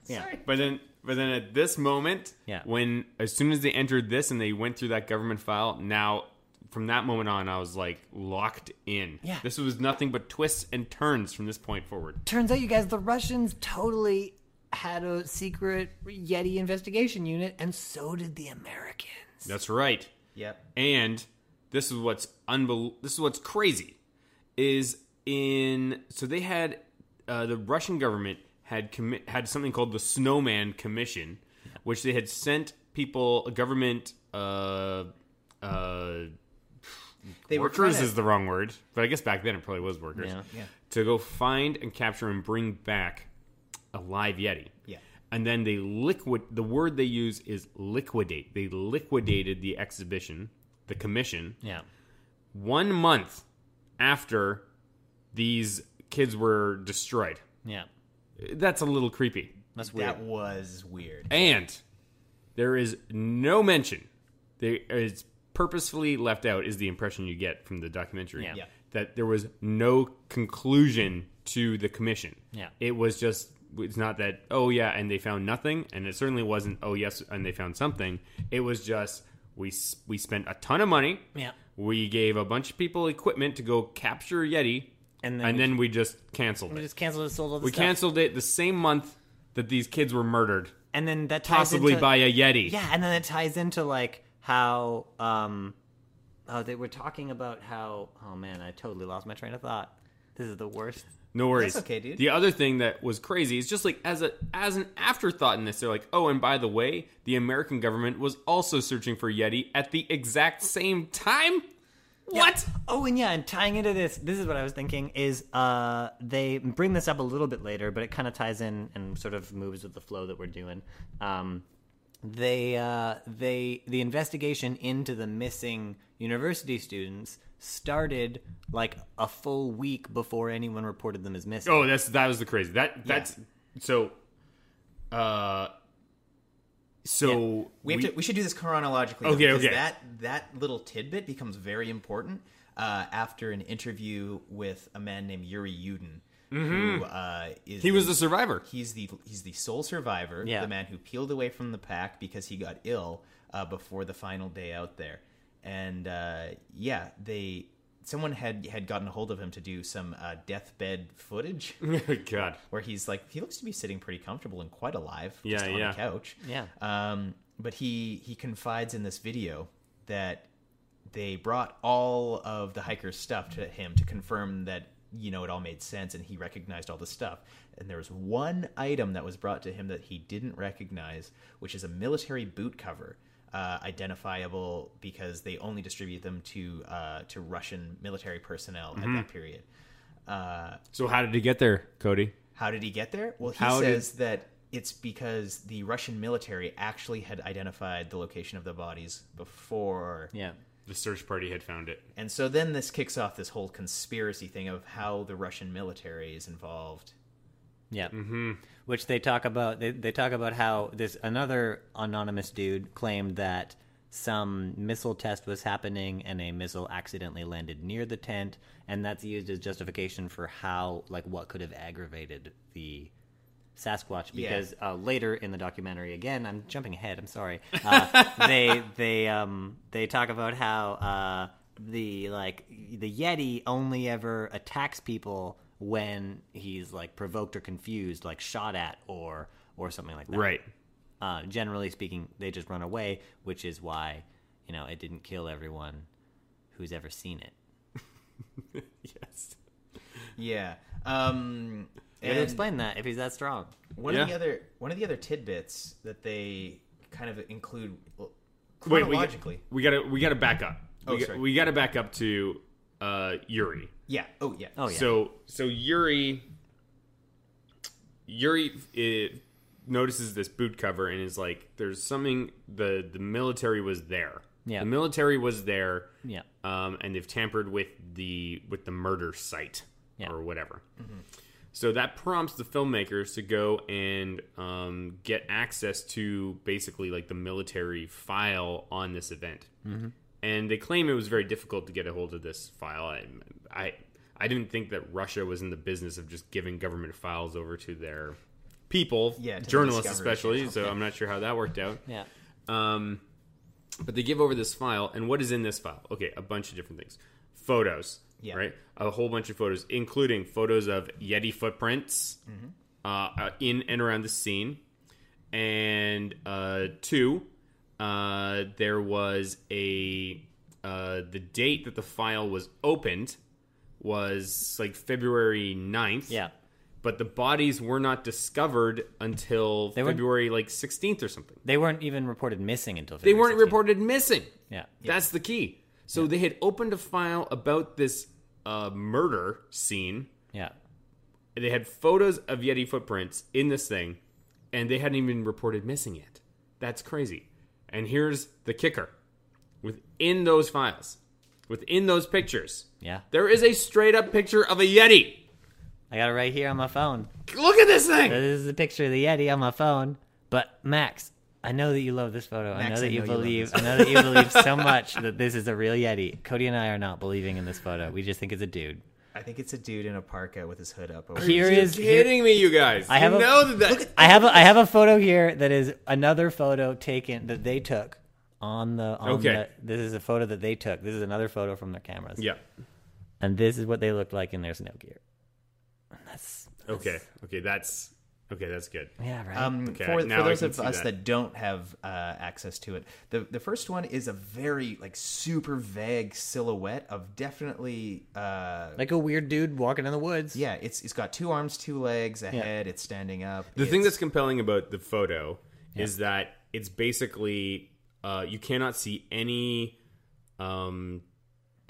D: Yeah.
E: But then, but then at this moment,
D: Yeah.
E: when as soon as they entered this and they went through that government file, now from that moment on, I was like locked in.
D: Yeah.
E: This was nothing but twists and turns from this point forward.
D: turns out you guys the russians totally had a secret yeti investigation unit and so did the americans
E: That's right.
C: Yep.
E: And This is what's unbel- This is what's crazy. Is in so they had uh, the Russian government had commi- had something called the Snowman Commission, which they had sent people government. Uh, uh,
C: They were
E: workers
C: trying to-
E: is the wrong word, but I guess back then it probably was workers.
D: Yeah.
C: Yeah.
E: To go find and capture and bring back a live yeti.
C: Yeah.
E: And then they liquid. The word they use is liquidate. They liquidated the exhibition, the commission,
D: Yeah.
E: one month after these kids were destroyed.
D: Yeah.
E: That's a little creepy.
D: That's weird.
C: That was weird.
E: And there is no mention. There is purposefully left out is the impression you get from the documentary.
D: Yeah. Yeah.
E: That there was no conclusion to the commission.
D: Yeah.
E: It was just it's not that oh yeah and they found nothing and it certainly wasn't oh yes and they found something. It was just we s- we spent a ton of money.
D: Yeah.
E: We gave a bunch of people equipment to go capture Yeti
D: And then
E: and
D: we-
E: then we just canceled
D: we
E: it.
D: just canceled and sold all the
E: we
D: stuff.
E: canceled it the same month that these kids were murdered
D: and then that ties
E: possibly
D: into,
E: by a Yeti.
D: Yeah, and then it ties into like how um oh they were talking about how oh man, I totally lost my train of thought. This is the worst.
E: No worries.
C: That's okay, dude.
E: The other thing that was crazy is just like as a as an afterthought in this, they're like, oh, and by the way, the American government was also searching for Yeti at the exact same time. What?
D: Oh, and yeah, and tying into this, this is what I was thinking is uh, they bring this up a little bit later, but it kind of ties in and sort of moves with the flow that we're doing. Um, they uh, they the investigation into the missing university students started like a full week before anyone reported them as missing.
E: Oh, that's that was the crazy. That that's so. Uh. So
C: We have to. We should do this chronologically.
E: Okay,
C: because
E: okay.
C: That that little tidbit becomes very important uh, after an interview with a man named Yuri Yudin, who uh, is
E: Mm-hmm. he was the survivor.
C: he's the he's the sole survivor,
D: Yeah.
C: the man who peeled away from the pack because he got ill uh, before the final day out there, and uh, yeah, they someone had had gotten a hold of him to do some uh, deathbed footage
E: God.
C: where he's like he looks to be sitting pretty comfortable and quite alive
E: Yeah,
C: just on
E: yeah.
C: the couch
D: Yeah.
C: um, but he he confides in this video that they brought all of the hiker's stuff to him to confirm that you know it all made sense and he recognized all the stuff and there was one item that was brought to him that he didn't recognize which is a military boot cover uh, identifiable because they only distribute them to uh, to Russian military personnel
E: Mm-hmm.
C: at that period. Uh,
E: So how did he get there, Cody?
C: how did he get there? Well, he
E: How did-
C: says that it's because the Russian military actually had identified the location of the bodies before.
D: yeah.
E: The search party had found it.
C: And so then this kicks off this whole conspiracy thing of how the Russian military is involved.
D: Yeah. Mm-hmm. Which they talk about. They, they talk about how this another anonymous dude claimed that some missile test was happening and a missile accidentally landed near the tent, and that's used as justification for how like what could have aggravated the Sasquatch
C: Yeah.
D: because uh, later in the documentary, again, I'm jumping ahead. I'm sorry. Uh, they they um they talk about how uh, the like the Yeti only ever attacks people when he's like provoked or confused, like shot at or or something like that.
E: Right.
D: Uh, generally speaking, they just run away, which is why you know it didn't kill everyone who's ever seen it.
E: Yes.
C: Yeah. Um,
D: You gotta
C: and-
D: explain that if he's that strong.
C: One of
E: Yeah.
C: the other one of the other tidbits that they kind of include well,
E: Wait, we-
C: chronologically.
E: we, gotta we gotta back up.
C: Oh,
E: we, got-
C: sorry.
E: we gotta back up to uh, Yuri.
C: yeah. Oh yeah.
D: Oh yeah.
E: So so Yuri Yuri eh, notices this boot cover and is like, "There's something the the military was there.
D: Yeah.
E: the military was there.
D: yeah.
E: um, and they've tampered with the with the murder site
D: Yeah.
E: or whatever." So that prompts the filmmakers to go and um, get access to basically like the military file on this event. Mm-hmm. And they claim it was very difficult to get a hold of this file. I, I, I didn't think that Russia was in the business of just giving government files over to their people,
C: Yeah, to the
E: journalists
C: discoverers,
E: especially.
C: yeah.
E: So I'm not sure how that worked out.
D: Yeah.
E: Um, but they give over this file, and what is in this file? Okay, a bunch of different things. Photos,
C: Yeah.
E: right? A whole bunch of photos, including photos of Yeti footprints
D: Mm-hmm.
E: uh, uh, in and around the scene. And uh, two, uh, there was a uh, the date that the file was opened was like February 9th.
D: Yeah.
E: But the bodies were not discovered until
D: were-
E: February like 16th or something.
D: They weren't even reported missing until
E: They
D: February
E: weren't
D: 16th.
E: reported missing.
D: Yeah.
E: That's the key. So they had opened a file about this uh, murder scene.
D: Yeah.
E: They had photos of Yeti footprints in this thing, and they hadn't even reported missing yet. That's crazy. And here's the kicker within those files, within those pictures,
D: Yeah.
E: there is a straight up picture of a Yeti.
D: I got it right here on my phone.
E: Look at this thing.
D: This is a picture of the Yeti on my phone. But Max, I know that you love this photo. I know
C: Max,
D: that
C: I
D: you
C: know you love
D: believe. I know that you believe so much that this is a real Yeti. Cody and I are not believing in this photo. We just think it's a dude.
C: I think it's a dude in a parka with his hood up. Over
D: Here
E: You're
D: is here-
E: kidding me, you guys.
D: I have
E: you
D: a-
E: know that, that-
D: I have a, I have a photo here that is another photo taken that they took on the. On
E: Okay.
D: The, this is a photo that they took. This is another photo from their cameras.
E: Yeah.
D: And this is what they looked like in their snow gear. And that's
E: Okay. Okay. That's okay. That's good.
D: yeah right.
C: Um,
E: Okay,
C: for, for
E: now I
C: those
E: can
C: of
E: see
C: us
E: that.
C: that. don't have uh, access to it, the the first one is a very like super vague silhouette of definitely uh,
D: like a weird dude walking in the woods.
C: yeah. It's it's got two arms, two legs, a head. It's standing up.
E: The thing
C: It's-
E: that's compelling about the photo is that it's basically uh, you cannot see any um,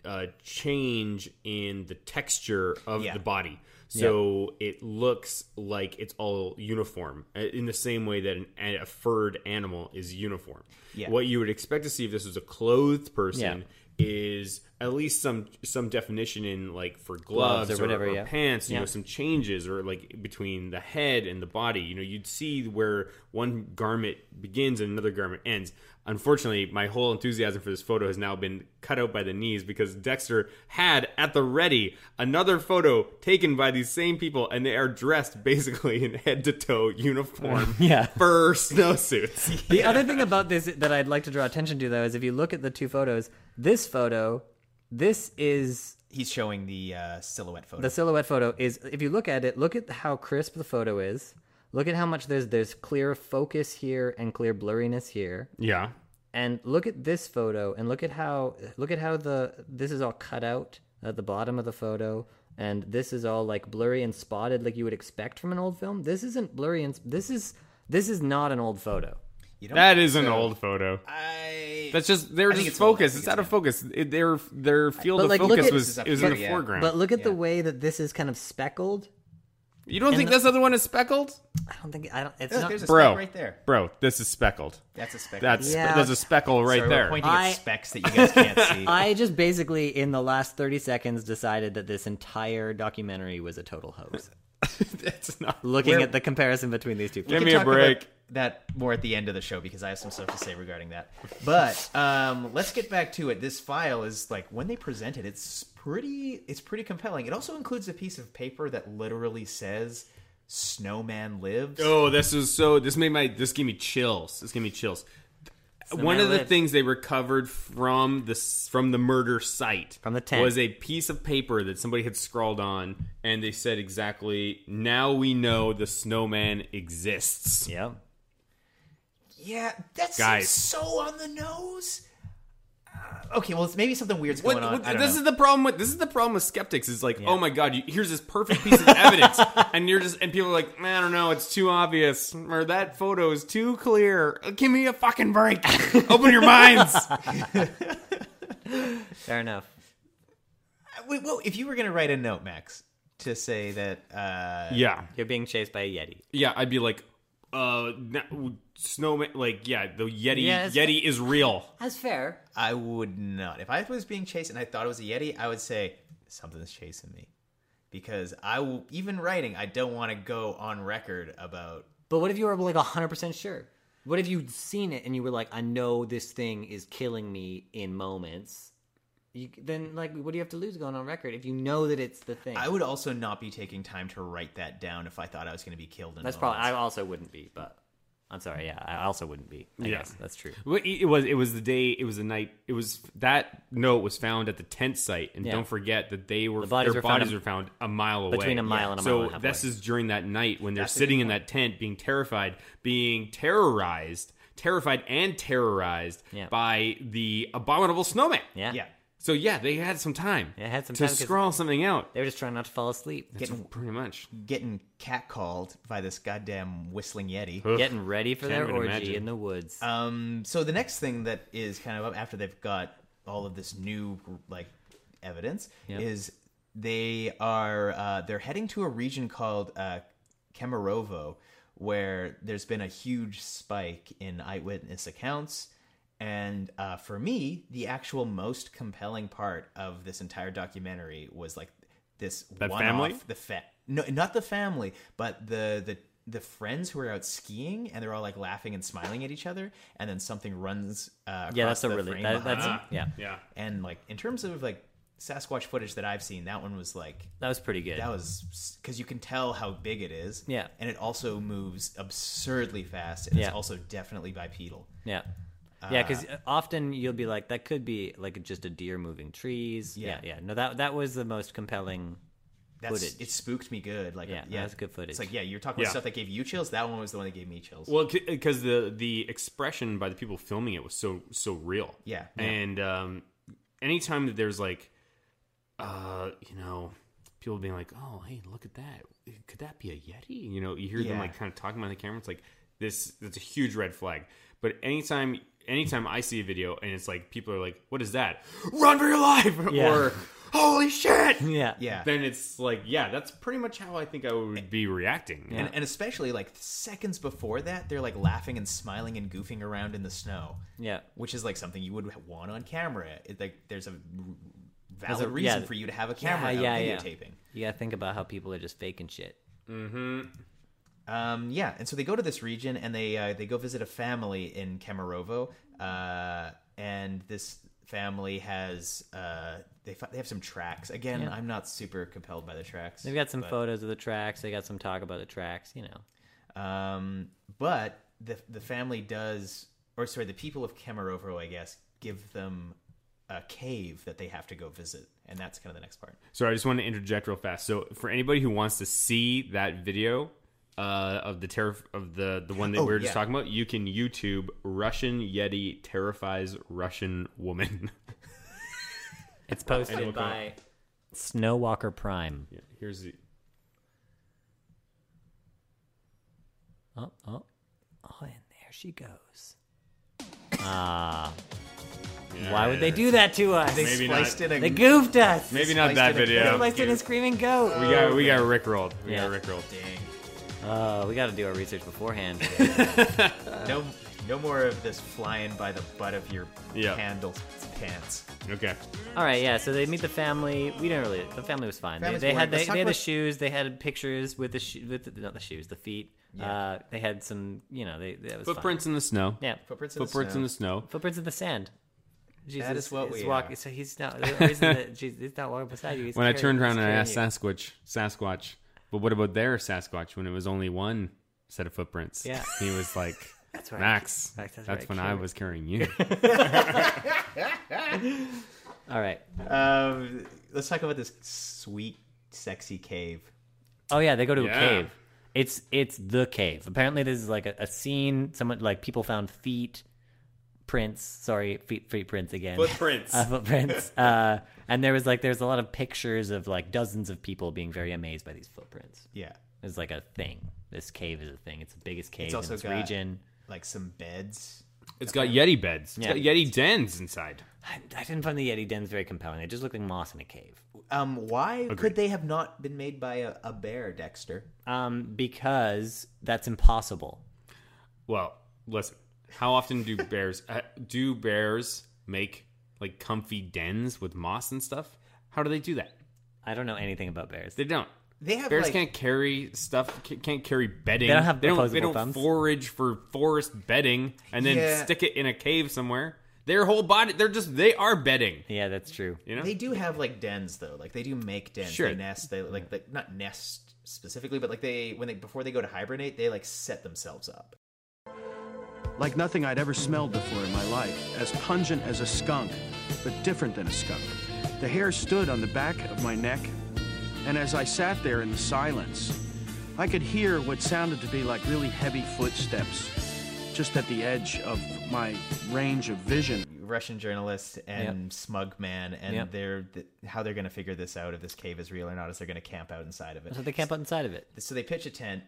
E: uh, change in the texture of
C: Yeah.
E: the body. So it looks like it's all uniform uh, in the same way that an, a furred animal is uniform.
C: Yeah.
E: What you would expect to see if this was a clothed person is at least some some definition in like for gloves,
D: Gloves or whatever,
E: or
D: yeah.
E: pants, you
D: Yeah.
E: know, some changes or like between the head and the body. You know, you'd see where one garment begins and another garment ends. Unfortunately, my whole enthusiasm for this photo has now been cut out by the knees because Dexter had at the ready another photo taken by these same people, and they are dressed basically in head to toe uniform
D: Yeah.
E: fur snowsuits.
D: The other thing about this that I'd like to draw attention to, though, is if you look at the two photos, this photo, this is
C: he's showing the uh, silhouette photo.
D: the silhouette photo. Is if you look at it, look at how crisp the photo is. Look at how much there's there's clear focus here and clear blurriness here.
E: Yeah.
D: And look at this photo and look at how look at how the this is all cut out at the bottom of the photo and this is all like blurry and spotted like you would expect from an old film. This isn't blurry and this is this is not an old photo.
C: You don't
E: That
C: think
E: is an
C: so?
E: old photo.
C: I
E: That's just they're
C: I think
E: just
C: it's old. I
E: focused.
C: think it's
E: It's out of
C: old.
E: focus. It, their their field
D: But,
E: of
D: like, look
E: focus
D: at-
E: was
C: This is up
E: is in
C: here,
E: the
C: yeah.
E: foreground.
D: But look at the way that this is kind of speckled.
E: you don't think this other one is speckled?
D: I don't think I don't. It's
C: Look,
D: not.
C: there's a
E: bro,
C: speck right there.
E: Bro, this is speckled.
C: That's a speck.
E: That's
D: Yeah.
E: there's a speckle right
C: Sorry,
E: there.
C: We're pointing
D: I-
C: at specks that you guys can't see.
D: I just basically in the last thirty seconds decided that this entire documentary was a total hoax.
E: That's not.
D: Looking
C: We're-
D: at the comparison between these two,
E: Give
C: can
E: me a
C: talk about
E: break.
C: That more at the end of the show because I have some stuff to say regarding that. But um, let's get back to it. This file is like when they present it, it's pretty. It's pretty compelling. It also includes a piece of paper that literally says "Snowman lives."
E: Oh, this is so. This made my. This gave me chills. This gave me chills. One of the
D: lives.
E: things they recovered from this from the murder site
D: From the tent.
E: was a piece of paper that somebody had scrawled on, and they said exactly. Now we know the snowman exists.
D: yeah,
C: Yeah, that's
E: Guys.
C: so on the nose. Uh, okay, well, it's maybe something weird's
E: What,
C: going on.
E: what-
C: I don't
E: this
C: know.
E: is the problem with this is the problem with skeptics is like oh my god you, here's this perfect piece of evidence and you're just and people are like man I don't know it's too obvious or that photo is too clear give me a fucking break open your minds
D: fair enough.
C: Wait, well, if you were going to write a note, Max, to say that uh,
E: yeah
D: You're being chased by a yeti.
E: yeah I'd be like uh na- snowman like yeah the yeti
D: Yeah, it's-
E: yeti is real
D: That's fair.
C: I would not. If I was being chased and I thought it was a Yeti, I would say something's chasing me because I will, even writing, I don't want to go on record about.
D: But what if you were like hundred percent sure? What if you'd seen it and you were like, I know this thing is killing me in moments. You, then, like, what do you have to lose going on record if you know that it's the thing?
C: I would also not be taking time to write that down if I thought I was going to be killed. In
D: That's probably. I also wouldn't be, but I'm sorry. Yeah, I also wouldn't be. I
E: Yeah.
D: guess that's true.
E: Well, it it was it was the day it was the night it was that note was found at the tent site and
D: Yeah.
E: don't forget that they were
D: bodies
E: their
D: were found
E: bodies
D: a-
E: were found a mile away
D: between a mile and a mile
E: so
D: and a half
E: this
D: away.
E: is during that night when they're
C: That's a good
E: sitting in that tent being terrified being terrorized terrified and terrorized
D: Yeah.
E: by the abominable snowman.
D: Yeah.
C: yeah.
E: So yeah, they had some time.
D: They had some
E: to
D: time 'cause-
E: scrawl something out.
D: They were just trying not to fall asleep.
E: That's
C: Getting-
E: pretty much.
C: Getting catcalled by this goddamn whistling yeti.
D: Getting ready for
E: Can't
D: their
E: even
D: orgy
E: imagine.
D: in the woods.
C: Uh, so the next thing that is kind of up after they've got all of this new like evidence
D: Yeah.
C: is they are uh, they're heading to a region called uh, Kemerovo where there's been a huge spike in eyewitness accounts. And uh, for me, the actual most compelling part of this entire documentary was like this
E: That
C: one-off-
E: family?
C: the fa- no, not the family, but the the the friends who are out skiing and they're all like laughing and smiling at each other, and then something runs. Uh,
D: yeah,
C: across
D: that's a
C: the
D: really
C: frame
D: that,
C: behind
D: that's
C: them.
D: yeah.
E: Yeah.
C: And like in terms of like Sasquatch footage that I've seen, that one was like
D: That was pretty good.
C: that was because you can tell how big it is.
D: Yeah.
C: and it also moves absurdly fast, and
D: Yeah.
C: it's also definitely bipedal.
D: yeah. Yeah,
C: Uh,
D: because often you'll be like, that could be like just a deer moving trees. Yeah,
C: Yeah.
D: yeah. No, that that was the most compelling.
C: That's
D: Footage.
C: it spooked me good. Like
D: Yeah,
C: yeah,
D: that's good footage.
C: It's like yeah, you're talking about
E: Yeah.
C: stuff that gave you chills. That one was the one that gave me chills.
E: Well, because the the expression by the people filming it was so so real.
C: Yeah. Yeah.
E: And um, anytime that there's like, uh, you know, people being like, "Oh, hey, look at that! Could that be a yeti?" You know, you hear them
C: Yeah.
E: like kind of talking about the camera. It's like this. That's a huge red flag. But anytime. Anytime I see a video and it's like people are like, "What is that? Run for your life!"
D: Yeah.
E: or "Holy shit!"
D: Yeah,
C: yeah,
E: Then it's like, yeah, that's pretty much how I think I would be reacting.
D: Yeah.
C: And, and especially like seconds before that, they're like laughing and smiling and goofing around in the snow,
D: yeah.
C: which is like something you would want on camera. It, like there's a r- valid
D: There's a-
C: reason
D: yeah.
C: for you to have a camera
D: Yeah,
C: out
D: yeah, yeah.
C: videotaping.
D: You gotta think about how people are just faking shit.
C: Um, yeah, and so they go to this region and they uh, they go visit a family in Kemerovo, uh, and this family has uh, they fi- they have some tracks. Again,
D: Yeah.
C: I'm not super compelled by the tracks.
D: They've got some
C: but-
D: photos of the tracks. They got some talk about the tracks. You know.
C: Um, but the the family does, or sorry, the people of Kemerovo, I guess, give them a cave that they have to go visit, and that's kind of the next part.
E: So I just want to interject real fast. So for anybody who wants to see that video uh, of the terror of the the one that
C: Oh,
E: we were just
C: yeah.
E: talking about, you can YouTube Russian Yeti terrifies Russian woman.
D: It's
E: And
D: posted
E: we'll go-
D: by Snowwalker Prime.
E: yeah, here's the
D: Oh, oh, oh, and there she goes.
E: Yeah.
D: Ah. Why would they do that to us? They,
E: Maybe
C: Spliced
E: not.
C: in a-
D: goofed us.
E: Maybe not
C: spliced
E: that
C: it in.
D: they
E: video.
D: in a screaming goat.
E: We got we got rickrolled. We
D: Yeah.
E: got rickrolled.
C: Dang.
D: Oh, we got to do our research beforehand.
C: No, no more of this flying by the butt of your
E: Yeah.
C: handle pants.
E: Okay.
D: All right, yeah. So they meet the family. We didn't really. The family was fine. They,
C: Family's
D: they had
C: boring.
D: they,
C: Let's talk
D: they had the
C: about-
D: shoes. They had pictures with the sho- with the, not the shoes, the feet. Uh, they had some. You know, they that was fine.
E: Footprints in the snow.
D: Yeah,
C: Footprints in
E: Footprints
C: the
E: in the
C: snow.
E: snow.
D: footprints in the sand. Jesus,
C: is what
D: he's
C: we
D: walking.
C: are.
D: So he's not. there's no reason that Jesus, he's not walking beside you. He's
E: When I
D: carrying-
E: turned around
D: he's
E: and I asked
D: carrying
E: Sasquatch, Sasquatch, but what about their Sasquatch when it was only one set of footprints?
D: Yeah.
E: He was like,
D: That's right.
E: Max,
D: Max,
E: that's,
D: that's right,
E: when I
D: carry-
E: was carrying you.
D: you. All right.
C: Um, let's talk about this sweet, sexy cave.
D: Oh yeah, they go to
E: Yeah.
D: a cave. It's it's the cave. Apparently, this is like a, a scene. Someone like people found feet prints. Sorry, feet feet prints again.
E: Footprints.
D: Uh, footprints. uh, and there was like there's a lot of pictures of like dozens of people being very amazed by these footprints.
C: Yeah,
D: It's like a thing. This cave is a thing. It's the biggest cave
C: also
D: in this
C: got-
D: region.
C: like some beds.
E: It's got Yeti beds. It's
D: Yeah.
E: got Yeti dens inside.
D: I, I didn't find the Yeti dens very compelling. It just looked like moss in a cave.
C: Um, why could they have not been made by a, a bear, Dexter?
D: Um, because that's impossible.
E: Well, listen. How often do bears uh, do bears make like comfy dens with moss and stuff? How do they do that?
D: I don't know anything about bears.
E: They don't.
C: They have
E: Bears
C: like,
E: can't carry stuff. ca- Can't carry bedding.
D: They don't have
E: They don't, they
D: opposable
E: don't
D: thumbs.
E: forage for forest bedding and then
C: Yeah.
E: stick it in a cave somewhere. Their whole body. They're just. They are bedding.
D: Yeah, that's true.
E: You know.
C: They do have like dens though. Like they do make dens.
E: Sure.
C: They nest. They like they, not nest specifically, but like they when they before they go to hibernate, they like set themselves up.
F: like nothing I'd ever smelled before in my life, as pungent as a skunk, but different than a skunk. The hair stood on the back of my neck, and as I sat there in the silence, I could hear what sounded to be like really heavy footsteps. just at the edge of my range of vision.
C: Russian journalist and smug man, and
D: Yep.
C: they're th- how they're going to figure this out if this cave is real or not is they're going to camp out inside of it.
D: So they camp out inside of it.
C: So they pitch a tent.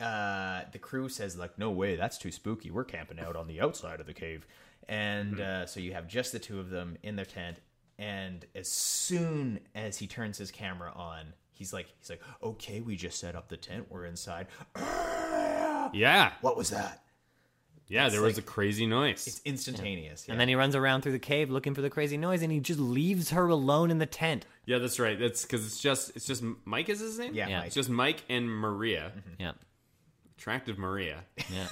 C: Uh, the crew says like, "No way, that's too spooky. We're camping out on the outside of the cave." And
E: Mm-hmm.
C: uh, so you have just the two of them in their tent. And as soon as he turns his camera on, he's like, he's like, "Okay, we just set up the tent. We're inside.
E: Yeah,
C: What was that?"
E: yeah. There was a crazy
C: It's
E: noise.
C: instantaneous.
D: And then he runs around through the cave looking for the crazy noise, and he just leaves her alone in the tent.
E: Yeah, that's right. That's because it's just it's just Mike is his name.
C: Yeah,
D: Yeah.
C: Mike.
E: it's just Mike and Maria,
D: Yeah,
E: attractive Maria,
D: yeah.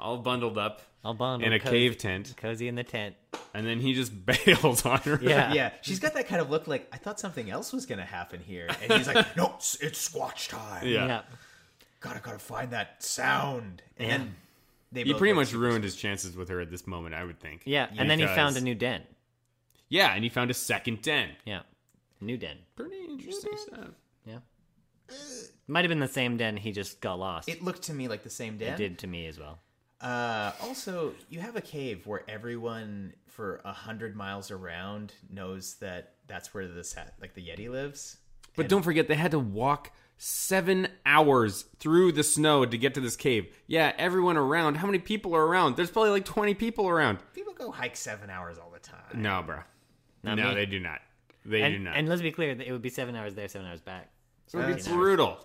E: all bundled up
D: I'll bond
E: in a
D: cozy,
E: cave tent,
D: cozy in the tent.
E: and then he just bails on her.
D: Yeah,
C: yeah, she's got that kind of look like I thought something else was gonna happen here, and he's like, "No, it's, it's Squatch time.
E: yeah.
D: yeah.
C: Gotta gotta find that sound." And then they
E: He
C: both
E: pretty
C: look
E: much
C: super-
E: ruined his chances with her at this moment, I would think.
D: Yeah, And then he
E: Because-
D: found a new den.
E: Yeah, and he found a second den.
D: Yeah, new den.
E: Pretty interesting stuff.
D: Yeah, might have been the same den. He just got lost. It,
C: It looked to me like the same den.
D: did to me as well.
C: Uh, also, you have a cave where everyone for a hundred miles around knows that that's where the sa- like the Yeti lives.
E: But don't forget, they had to walk seven hours through the snow to get to this cave. Yeah, everyone around. How many people are around? There's probably like 20 people around.
C: People go hike seven hours all the time.
E: No, bro.
D: Not
E: no,
D: me.
E: they do not. They do
D: And,
E: not.
D: and let's be clear, that it would be seven hours there, seven hours back.
E: it would be
C: That's-
E: brutal.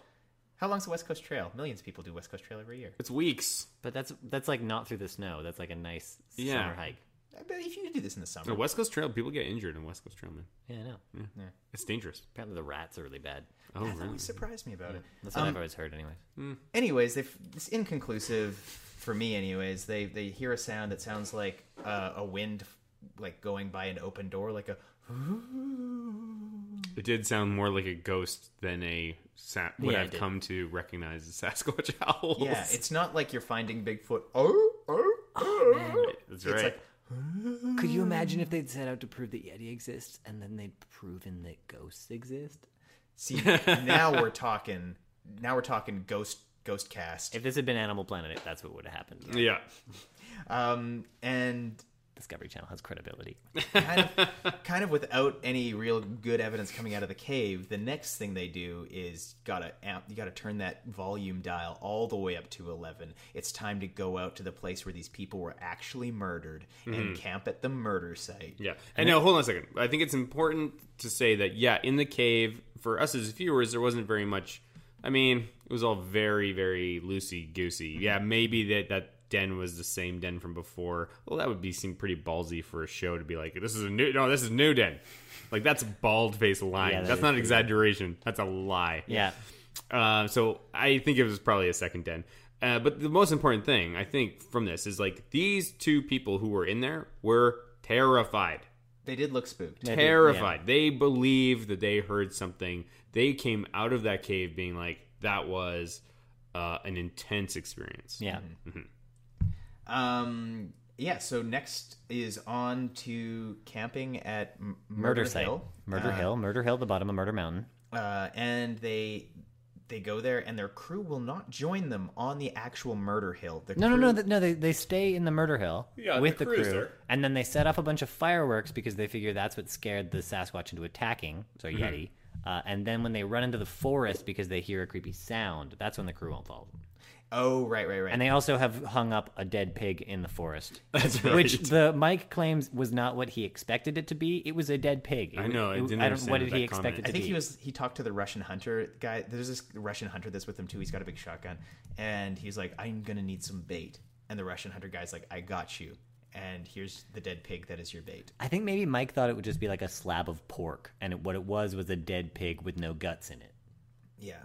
C: How long's the West Coast Trail? Millions of people do West Coast Trail every year.
E: It's weeks.
D: But that's that's like not through the snow. That's like a nice
E: Yeah.
D: summer hike.
C: I bet if you could do this in the summer,
E: The West Coast Trail, people get injured in West Coast Trail, man.
D: Yeah, I know.
E: It's dangerous.
D: Apparently the rats are really bad.
E: Oh,
C: that
E: really?
C: always surprised me about it.
D: That's what I've always heard, anyways.
C: anyways, they it's inconclusive for me. Anyways, they they hear a sound that sounds like uh, a wind, like going by an open door, like a
E: It did sound more like a ghost than a sa- what
D: Yeah, it
E: I've
D: did.
E: come to recognize as Sasquatch owls.
C: yeah. It's not like you're finding Bigfoot. Oh, oh, oh.
E: That's
C: It's
E: right.
C: like
D: Could you imagine if they'd set out to prove that Yeti exists and then they'd proven that ghosts exist?
C: see now we're talking. Now we're talking ghost ghost cast.
D: If this had been Animal Planet, it- that's what would have happened.
E: yeah.
C: Um and
D: Discovery Channel has credibility.
C: kind of, kind of without any real good evidence coming out of the cave, the next thing they do is gotta amp, you gotta turn that volume dial all the way up to eleven. It's time to go out to the place where these people were actually murdered and camp at the murder site.
E: Yeah. And now, hold on a second. I think it's important to say that, yeah, in the cave, for us as viewers, there wasn't very much. I mean, it was all very, very loosey goosey. Yeah, maybe that that den was the same den from before. Well, that would be seem pretty ballsy for a show to be like, this is a new, no, this is new den. Like that's a bald faced lie.
D: Yeah, that
E: that's
D: is
E: not an exaggeration. That's a lie.
D: Yeah.
E: Uh, so I think it was probably a second den. Uh, but the most important thing I think from this is like these two people who were in there were terrified
C: They did look spooked.
D: did, yeah.
E: terrified. They believe that they heard something. They came out of that cave being like, that was uh, an intense experience.
D: Yeah.
C: Um, yeah. So next is on to camping at M-
D: Murder,
C: Murder,
D: site.
C: Hill. Uh-huh.
D: Murder Hill. Murder Hill, the bottom of Murder Mountain.
C: uh, and they they go there, and their crew will not join them on the actual murder hill. The
D: No, no,
C: crew-
D: no, th- no. They, they stay in the murder hill
E: Yeah,
D: with
E: the
D: the,
E: crew's
D: crew,
E: there.
D: and then they set off a bunch of fireworks because they figure that's what scared the Sasquatch into attacking. So Yeti, uh, and then when they run into the forest because they hear a creepy sound, that's when the crew won't follow them.
C: Oh, right, right, right.
D: And they also have hung up a dead pig in the forest, which the Mike claims was not what he expected it to be. It was a dead pig. It
E: I
D: was-
E: know, I
D: it was-
E: didn't
D: don't- what
E: understand
D: did he
E: that
D: expect
E: comment.
D: it to
C: I think
D: be?
C: he was. He talked to the Russian hunter guy. There's this Russian hunter that's with him too. He's got a big shotgun, and he's like, "I'm gonna need some bait." And the Russian hunter guy's like, "I got you." And here's the dead pig that is your bait.
D: I think maybe Mike thought it would just be like a slab of pork, and it, what it was was a dead pig with no guts in it.
C: Yeah.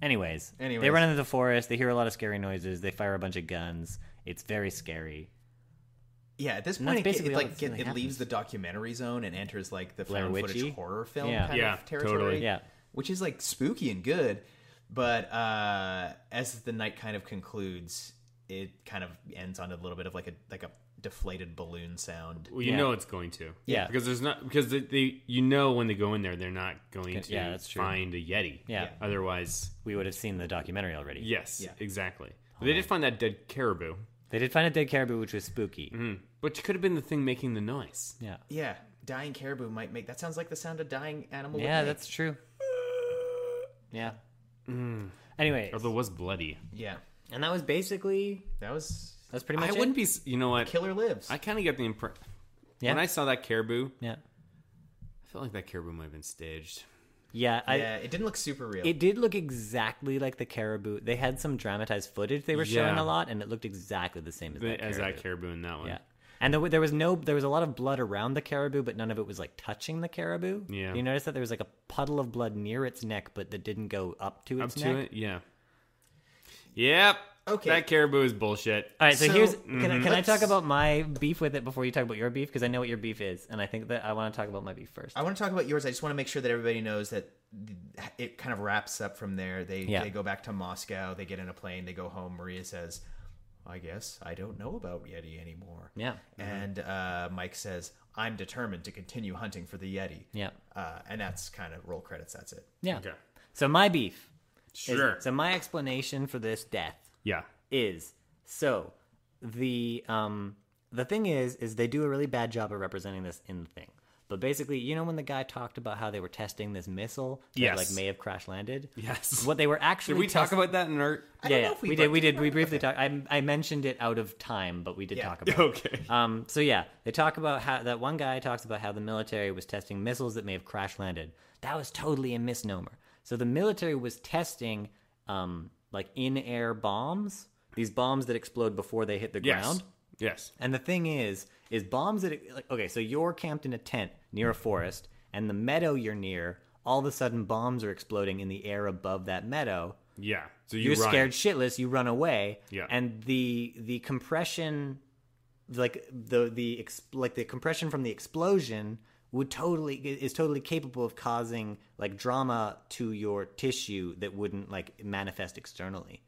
D: Anyways,
C: Anyways.
D: they run into the forest. They hear a lot of scary noises. They fire a bunch of guns. It's very scary.
C: Yeah, at this
D: that's
C: point, it, get-
D: basically
C: it,
D: all
C: like
D: that
C: get,
D: really
C: it leaves
D: happens.
C: the documentary zone and enters like the
D: Blair
C: found
D: Witchy?
C: footage horror film
D: Yeah.
C: kind
E: Yeah,
C: of territory.
E: totally.
D: Yeah.
C: which is like spooky and good, but uh, as the night kind of concludes, it kind of ends on a little bit of like a like a deflated balloon sound.
E: Well, you
D: Yeah.
E: know it's going to.
D: Yeah.
E: Because there's not, because they, they, you know, when they go in there, they're not going to
D: Yeah, that's true.
E: find a Yeti.
D: Yeah. Yeah.
E: Otherwise,
D: We would have seen the documentary already.
E: yes,
C: Yeah.
D: Oh,
E: exactly. They did find that dead caribou.
D: They did find a dead caribou, which was spooky.
E: Which could have been the thing making the noise.
D: Yeah.
C: Yeah, dying caribou might make that sounds like the sound a dying animal. would
D: Yeah,
C: make.
D: that's true. Yeah. Mm. Anyway,
E: Although it was bloody.
C: yeah.
D: and that was basically
C: That was
D: that's pretty much
E: I
D: it.
E: wouldn't be. s- You know what?
C: killer lives.
E: I kind of get the impression.
D: Yeah.
E: When I saw that caribou,
D: yeah.
E: I felt like that caribou might have been staged.
D: Yeah, I,
C: yeah, it didn't look super real.
D: It did look exactly like the caribou. They had some dramatized footage they were showing
E: Yeah.
D: a lot, and it looked exactly the same as that caribou.
E: as that caribou in that one.
D: yeah, and there, there was no, there was a lot of blood around the caribou, but none of it was like touching the caribou.
E: Yeah.
D: you notice that there was like a puddle of blood near its neck, but that didn't go up to
E: Up
D: its
E: to
D: neck.
E: it. Yeah. Yep.
C: Okay.
E: That caribou is bullshit.
D: All right, so,
C: So-
D: here's can,
E: mm-hmm.
D: I, can I
C: Let's-
D: talk about my beef with it before you talk about your beef because I know what your beef is, and I think that I want to talk about my beef first.
E: Oh.
C: I want to talk about yours. I just want to make sure that everybody knows that th- it kind of wraps up from there. They
D: Yeah.
C: they go back to Moscow. They get in a plane. They go home. Maria says, "I guess I don't know about Yeti anymore."
D: Yeah. Mm-hmm.
C: And uh, Mike says, "I'm determined to continue hunting for the Yeti."
D: Yeah.
C: Uh, and that's kind of roll credits. That's it.
D: Yeah.
E: Okay.
D: So my beef. is-
E: Sure.
D: so my explanation for this death
E: yeah.
D: is so the um the thing is is they do a really bad job of representing this in the thing but basically you know when the guy talked about how they were testing this missile that
E: Yes.
D: like may have crash landed
E: Yes.
D: what they were actually
E: Did we talk
D: test-
E: about that in our?
D: yeah,
C: don't
D: yeah.
C: know if we
D: we, did.
C: brought-
D: We
C: did
D: did.
C: we
D: We
C: brought-
D: briefly talked. I, I mentioned it out of time, but we did
C: Yeah.
D: talk about. it.
E: Okay.
D: Um, so yeah, they talk about how that one guy talks about how the military was testing missiles that may have crash landed. That was totally a misnomer. So the military was testing um, like in-air bombs, these bombs that explode before they hit the
E: Yes.
D: ground.
E: Yes.
D: And the thing is, is bombs that like okay, so you're camped in a tent near a forest, and the meadow you're near, all of a sudden bombs are exploding in the air above that meadow.
E: Yeah. So you
D: You're
E: run.
D: scared shitless, you run away.
E: Yeah.
D: And the the compression like the the ex, like the compression from the explosion would totally is totally capable of causing like drama to your tissue that wouldn't like manifest externally.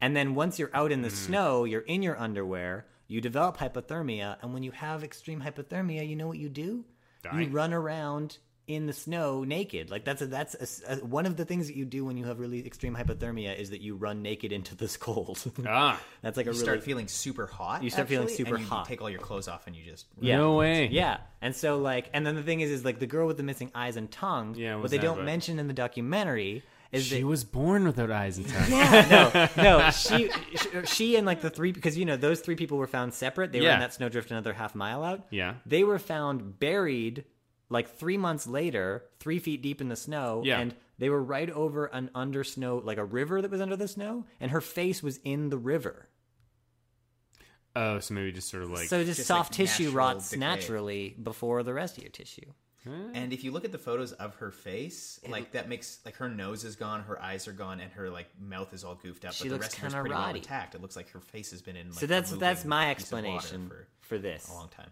D: And then once you're out in
E: Mm.
D: the snow, you're in your underwear, you develop hypothermia, and when you have extreme hypothermia, you know what you do? You
E: Die.
D: run around in the snow naked. Like that's a, that's a s a one of the things that you do when you have really extreme hypothermia is that you run naked into this cold.
E: Ah.
D: that's like a
C: You
D: really
C: start feeling super hot.
D: You start feeling
C: actually,
D: super
C: and you
D: hot.
C: Take all your clothes off and you just
D: Yeah.
E: No way.
D: Yeah. And so like and then the thing is is like the girl with the missing eyes and tongue,
E: Yeah, what
D: what
E: was
D: they
E: that
D: don't
E: about?
D: mention in the documentary is that
E: She was born without eyes and tongue.
D: yeah, no, no. She, she, she, and like the three because you know those three people were found separate. They were
E: Yeah.
D: in that snowdrift another half mile out.
E: Yeah.
D: they were found buried like three months later, three feet deep in the snow.
E: Yeah.
D: and they were right over an under snow, like a river that was under the snow, and her face was in the river.
E: Oh, so maybe just sort of like.
D: so just,
C: just,
D: soft
C: like,
D: tissue
C: natural
D: rots
C: decay.
D: naturally before the rest of your tissue. Mm-hmm.
C: And if you look at the photos of her face, like that makes like her nose is gone, her eyes are gone, and her like mouth is all goofed up. but
D: She
C: the
D: looks
C: rest of her's
D: kinda
C: pretty well
D: rotty.
C: intact. It looks like her face has been in. Like,
D: so that's
C: a
D: that's
C: moving
D: my
C: piece of water
D: explanation
C: for
D: for this.
C: a long time.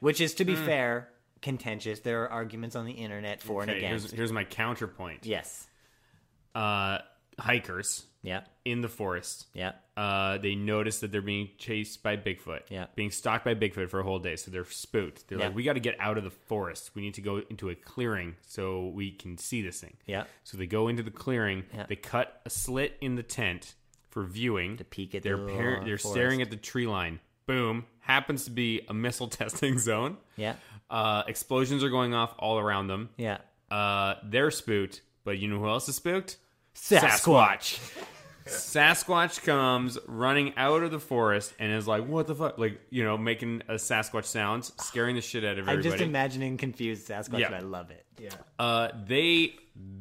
D: Which is, to
E: Hmm.
D: be fair, contentious. There are arguments on the internet for and
E: Okay,
D: against.
E: here's, here's my counterpoint.
D: Yes.
E: Uh, hikers
D: Yeah.
E: in the forest.
D: Yeah.
E: Uh, they notice that they're being chased by Bigfoot.
D: Yeah.
E: Being stalked by Bigfoot for a whole day. So they're spooked. They're
D: Yeah.
E: like, we got to get out of the forest. We need to go into a clearing so we can see this thing.
D: Yeah.
E: So they go into the clearing.
D: Yeah.
E: They cut a slit in the tent for viewing. To
D: peek at
E: they're
D: the
E: par- They're
D: forest.
E: staring at the tree line. Boom. Happens to be a missile testing zone.
D: Yeah.
E: Uh, explosions are going off all around them.
D: Yeah.
E: Uh, they're spooked, but you know who else is spooked?
D: Sasquatch.
E: Sasquatch comes running out of the forest and is like, "What the fuck?" Like, you know, making a Sasquatch sound, scaring the shit out of
D: I'm
E: everybody.
D: just imagining confused Sasquatch,
E: Yeah.
D: and I love it.
E: uh, they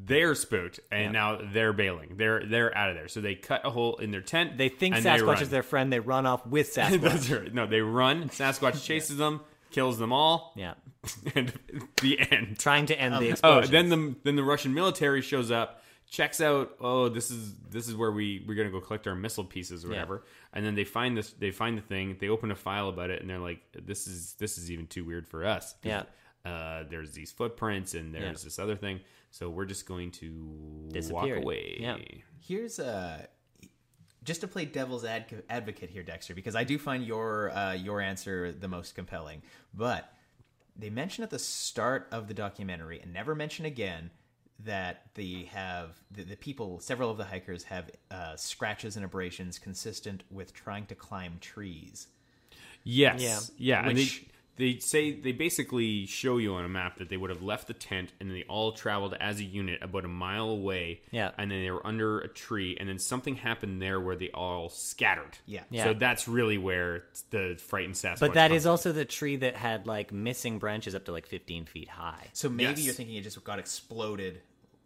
E: they're spooked and now they're bailing. They're they're out of there. So they cut a hole in their tent.
D: They think
E: and
D: Sasquatch
E: run.
D: is their friend. They run off with Sasquatch.
E: Those are- no, they run. Sasquatch chases them, kills them all,
D: yeah.
E: and the end.
D: Trying to end the
E: Oh,
D: explosion.
E: then the then the Russian military shows up, checks out. Oh, this is this is where we we're gonna go collect our missile pieces or whatever. And then they find this. They find the thing. They open a file about it, and they're like, "This is this is even too weird for us." 'Cause,
D: Yeah.
E: Uh, there's these footprints, and there's this other thing. So we're just going to walk
D: Disappeared.
E: away.
D: Yeah.
C: Here's a just to play devil's adv- advocate here, Dexter, because I do find your uh, your answer the most compelling. But they mention at the start of the documentary and never mention again that they have the, the people several of the hikers have uh, scratches and abrasions consistent with trying to climb trees
E: Yes. Yeah. And
C: Which-
E: they, they say they basically show you on a map that they would have left the tent and they all traveled as a unit about a mile away.
D: Yeah.
E: And then they were under a tree and then something happened there where they all scattered.
C: Yeah.
D: Yeah.
E: So that's really where the frightened Sasquatch.
D: But that
E: comes
D: is also the tree that had like missing branches up to like 15 feet high.
C: so maybe
E: Yes.
C: you're thinking it just got exploded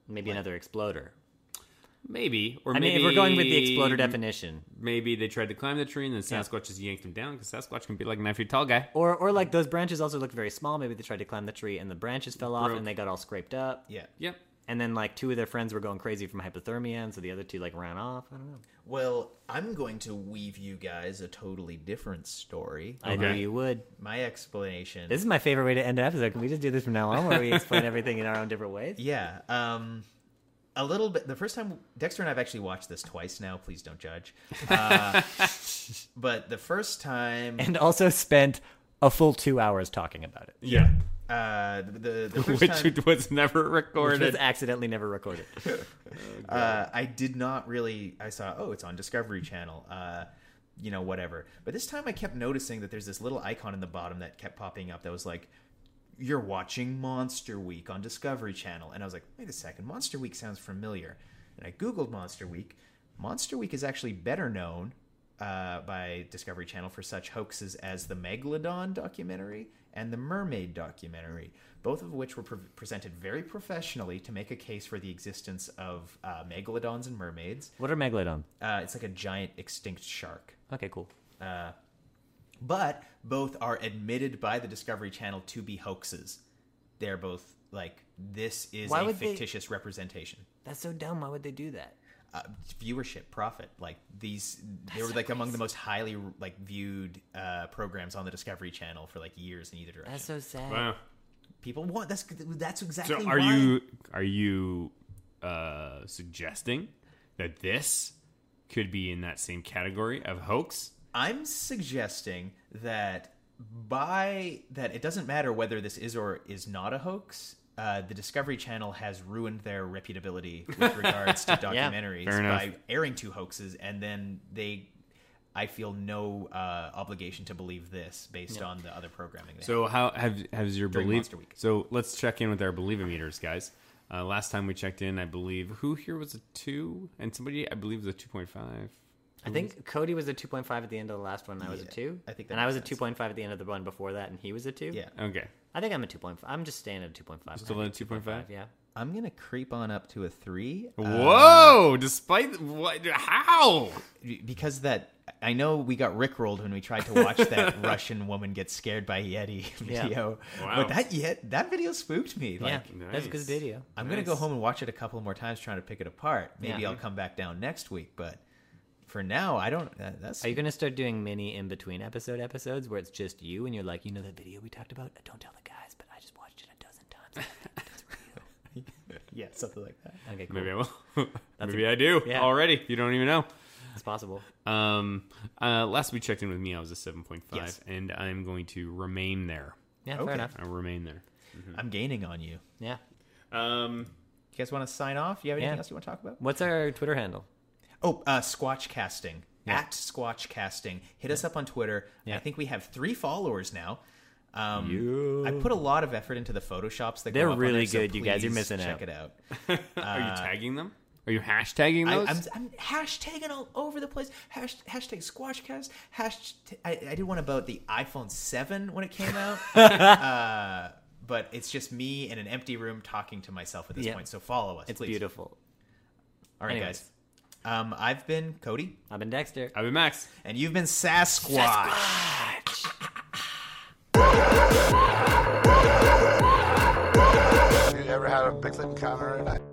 D: Maybe another exploder.
E: maybe or
D: I mean,
E: maybe
D: if we're going with the exploder definition,
E: Maybe they tried to climb the tree and then Sasquatch just yanked him down because Sasquatch can be like a nine feet tall guy.
D: or or
E: Hmm.
D: like those branches also looked very small. Maybe they tried to climb the tree and the branches fell off
E: Broke.
D: and they got all scraped up.
C: yeah
E: Yep.
D: And then like two of their friends were going crazy from hypothermia, and so the other two like ran off. I don't know.
C: well i'm going to weave you guys a totally different story
D: I knew
E: Okay.
D: you would.
C: my explanation
D: This is my favorite way to end an episode. Can we just do this from now on, where we explain everything in our own different ways?
C: Yeah. Um, a little bit. The first time Dexter and I've actually watched this twice now. Please don't judge. Uh, but the first time,
D: And also spent a full two hours talking about it,
E: Yeah.
C: uh, the the first time,
E: Which was never
D: which was
E: recorded.
D: accidentally never recorded.
C: uh, I did not really. I saw. Oh, it's on Discovery Channel. Uh, you know, whatever. But this time, I kept noticing that there's this little icon in the bottom that kept popping up. That was like. You're watching Monster Week on Discovery Channel. And I was like, wait a second, Monster Week sounds familiar. And I Googled Monster Week. Monster Week is actually better known uh, by Discovery Channel for such hoaxes as the Megalodon documentary and the Mermaid documentary, both of which were pre- presented very professionally to make a case for the existence of uh, megalodons and mermaids.
D: What are megalodon?
C: Uh, it's like a giant extinct shark.
D: Okay, cool.
C: But both are admitted by the Discovery Channel to be hoaxes. They're both like, this is
D: Why
C: a
D: would they-
C: fictitious representation.
D: That's so dumb. Why would they do that?
C: uh, viewership profit like these they were like among the most highly like viewed uh, programs on the discovery channel for like years in either direction
D: That's so sad.
E: Wow.
C: people want that's that's exactly
E: So are
C: why-
E: you are you uh, suggesting that this could be in that same category of hoax?
C: i'm suggesting that by that it doesn't matter whether this is or is not a hoax uh, the Discovery Channel has ruined their reputability with regards to documentaries
E: fair enough.
C: by airing two hoaxes, and then they, I feel no uh, obligation to believe this based on the other programming. They
E: So how have has your
C: During
E: belief?
C: Monster Week.
E: So let's check in with our believer meters, guys. Uh, last time we checked in, I believe who here was a two, and somebody I believe was a two point five.
D: I think Cody was a 2.5 at the end of the last one. and I was a
C: Yeah,
D: two.
C: I think that
D: and I
C: makes
D: was a
C: sense.
D: 2.5 at the end of the one before that, and he was a two.
C: Yeah.
E: Okay,
D: I think I'm a 2.5. I'm just staying at a 2.5.
E: still
D: I'm
E: at two point five.
D: Yeah.
C: I'm gonna creep on up to a three. uh,
E: Whoa! despite what? How?
C: because that I know we got rickrolled when we tried to watch that Russian woman get scared by Yeti video.
E: Wow.
C: But that yet that video spooked me. Like
D: yeah. That's a good
E: nice.
D: video.
C: I'm gonna go home and watch it a couple more times trying to pick it apart. Maybe
D: Yeah.
C: I'll come back down next week, but for now I don't that, that's
D: Are you going to start doing mini in between episode episodes where it's just you and you're like, you know that video we talked about? Don't tell the guys, but I just watched it a dozen times.
C: yeah, something like that.
D: Okay, cool.
E: Maybe I will. Maybe I do
D: yeah.
E: already. You don't even know.
D: It's possible.
E: Um, uh, last we checked in with me, I was a 7.5,
C: Yes.
E: and I'm going to remain there.
D: Yeah,
C: Okay.
D: fair enough.
E: I remain there.
D: Mm-hmm.
C: I'm gaining on you. You
D: Yeah.
E: Um,
C: guys wanna sign off? You have anything
D: Yeah.
C: else you want to talk about?
D: What's our Twitter handle?
C: Oh, uh, Squatch Casting. At Squatch Casting. Hit us up on Twitter. I think we have three followers now. Um, I put a lot of effort into the photoshops that go
D: They're
C: up on
D: really
C: there, so
D: good, you guys. You're
C: please
D: missing
C: check
D: out.
C: it out.
E: are you tagging them? Are you hashtagging
C: uh, I,
E: those?
C: I'm, I'm hashtagging all over the place. Hash, hashtag Squashcast. Hash, I, I did one about the iPhone 7 when it came out. uh, but it's just me in an empty room talking to myself at this
D: Yeah.
C: point. So follow us,
D: It's
C: please.
D: beautiful.
C: All right,
D: Anyways.
C: guys. Um, I've been Cody,
D: I've been Dexter.
E: I've been Max.
C: and you've been Sasquatch.
B: You ever had a Bigfoot encounter at night?